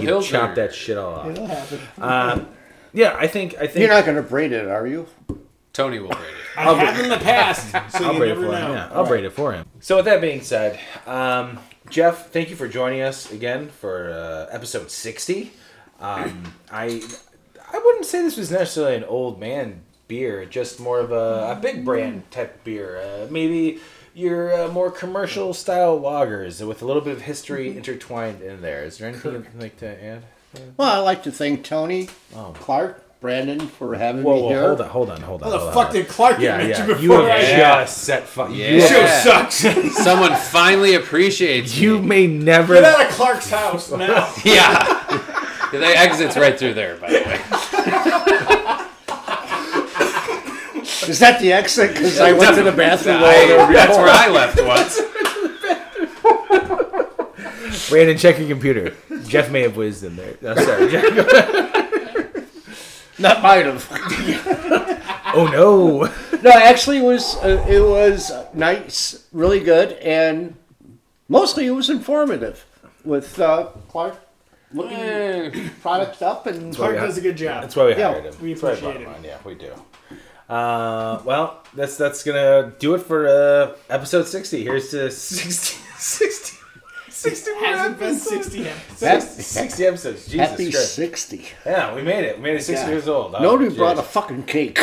you can
Hilder.
chop that shit all off. Um,
It'll happen.
Yeah, I think I think
You're not going to braid it, are you?
Tony will rate
*laughs*
it.
I have in the past, so
I'll
you
braid it
never
for him.
know.
Yeah, I'll braid it for him. So with that being said, um, Jeff, thank you for joining us again for uh, episode sixty. Um, I I wouldn't say this was necessarily an old man beer, just more of a, a big brand type beer. Uh, maybe your uh, more commercial style lagers with a little bit of history intertwined in there. Is there anything you'd like to add?
Well, I'd like to thank Tony, Clark, Brandon for having
Oh. Whoa,
me
whoa,
here.
hold on, hold on, hold on.
How the
hold
fuck
on.
did Clark
uh, Yeah,
get mentioned
yeah. You
before
have
I did?
Yeah.
just set fire.
Yeah.
Show sucks. *laughs* Get
Someone finally appreciates
You may
me.
never
out of Clark's house now.
Yeah. *laughs* the exit's right through there, by the way.
Is that the exit? Because I went to the bathroom.
I-
while
*laughs*
they were
that's where
recording.
I left once.
Brandon, check your computer. Jeff may have whizzed in there. No, sorry. Jeff-
Not might have.
oh no.
No, actually, it was uh, it was nice, really good, and mostly it was informative. With uh, Clark looking
Eh,
products up and
Clark
yeah.
does a good job.
That's why we
Yeah,
hired him.
we
That's why
appreciate
brought
him.
on. Yeah, we do. Uh, well, that's that's gonna do it for uh, episode sixty. Here's to 60, 60, 60 more
hasn't been
episodes.
60 episodes.
Six- 60 episodes. Jesus
happy
Christ.
sixty.
Yeah, we made it. We made it six
Yeah.
years old. Oh,
Nobody brought a
jeez.
fucking cake.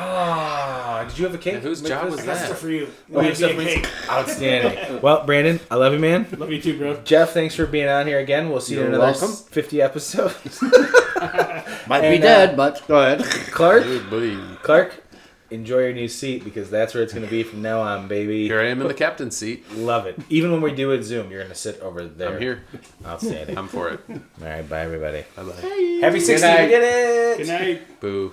Ah, did you have a cake?
And whose job was
That's
Yeah.
for you.
Oh,
Might be a
yourself, Winston.
cake.
Outstanding. well, Brandon, I love you, man.
Love you too, bro.
Jeff, thanks for being on here again. We'll see you in
You're
another
welcome.
50 episodes.
Might be
And, uh,
dead, but go ahead.
Clark,
Dude, buddy.
Clark, enjoy your new seat because that's where it's going to be from now on, baby.
Here I am in the captain's seat.
Love it. Even when we do it Zoom, you're going to sit over there.
I'm here.
Outstanding.
*laughs* I'm for it.
All right, bye, everybody.
Bye bye.
Happy 60. We
night.
did it.
Good night.
Boo.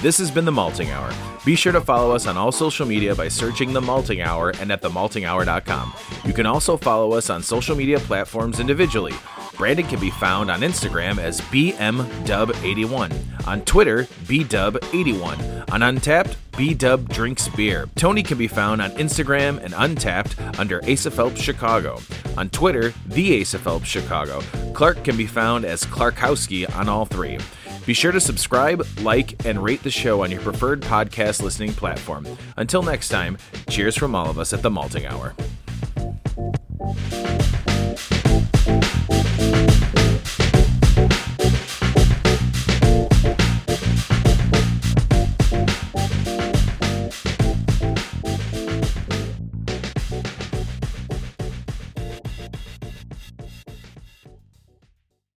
This has been The Malting Hour. Be sure to follow us on all social media by searching The Malting Hour and at themaltinghour.com. You can also follow us on social media platforms individually. Brandon can be found on Instagram as BMDub81, on Twitter, BDub81, on Untapped, BDub Drinks Beer. Tony can be found on Instagram and Untapped under Asa Phelps Chicago, on Twitter, The Asa Phelps Chicago. Clark can be found as Clarkowski on all three. Be sure to subscribe, like, and rate the show on your preferred podcast listening platform. Until next time, cheers from all of us at the Malting Hour.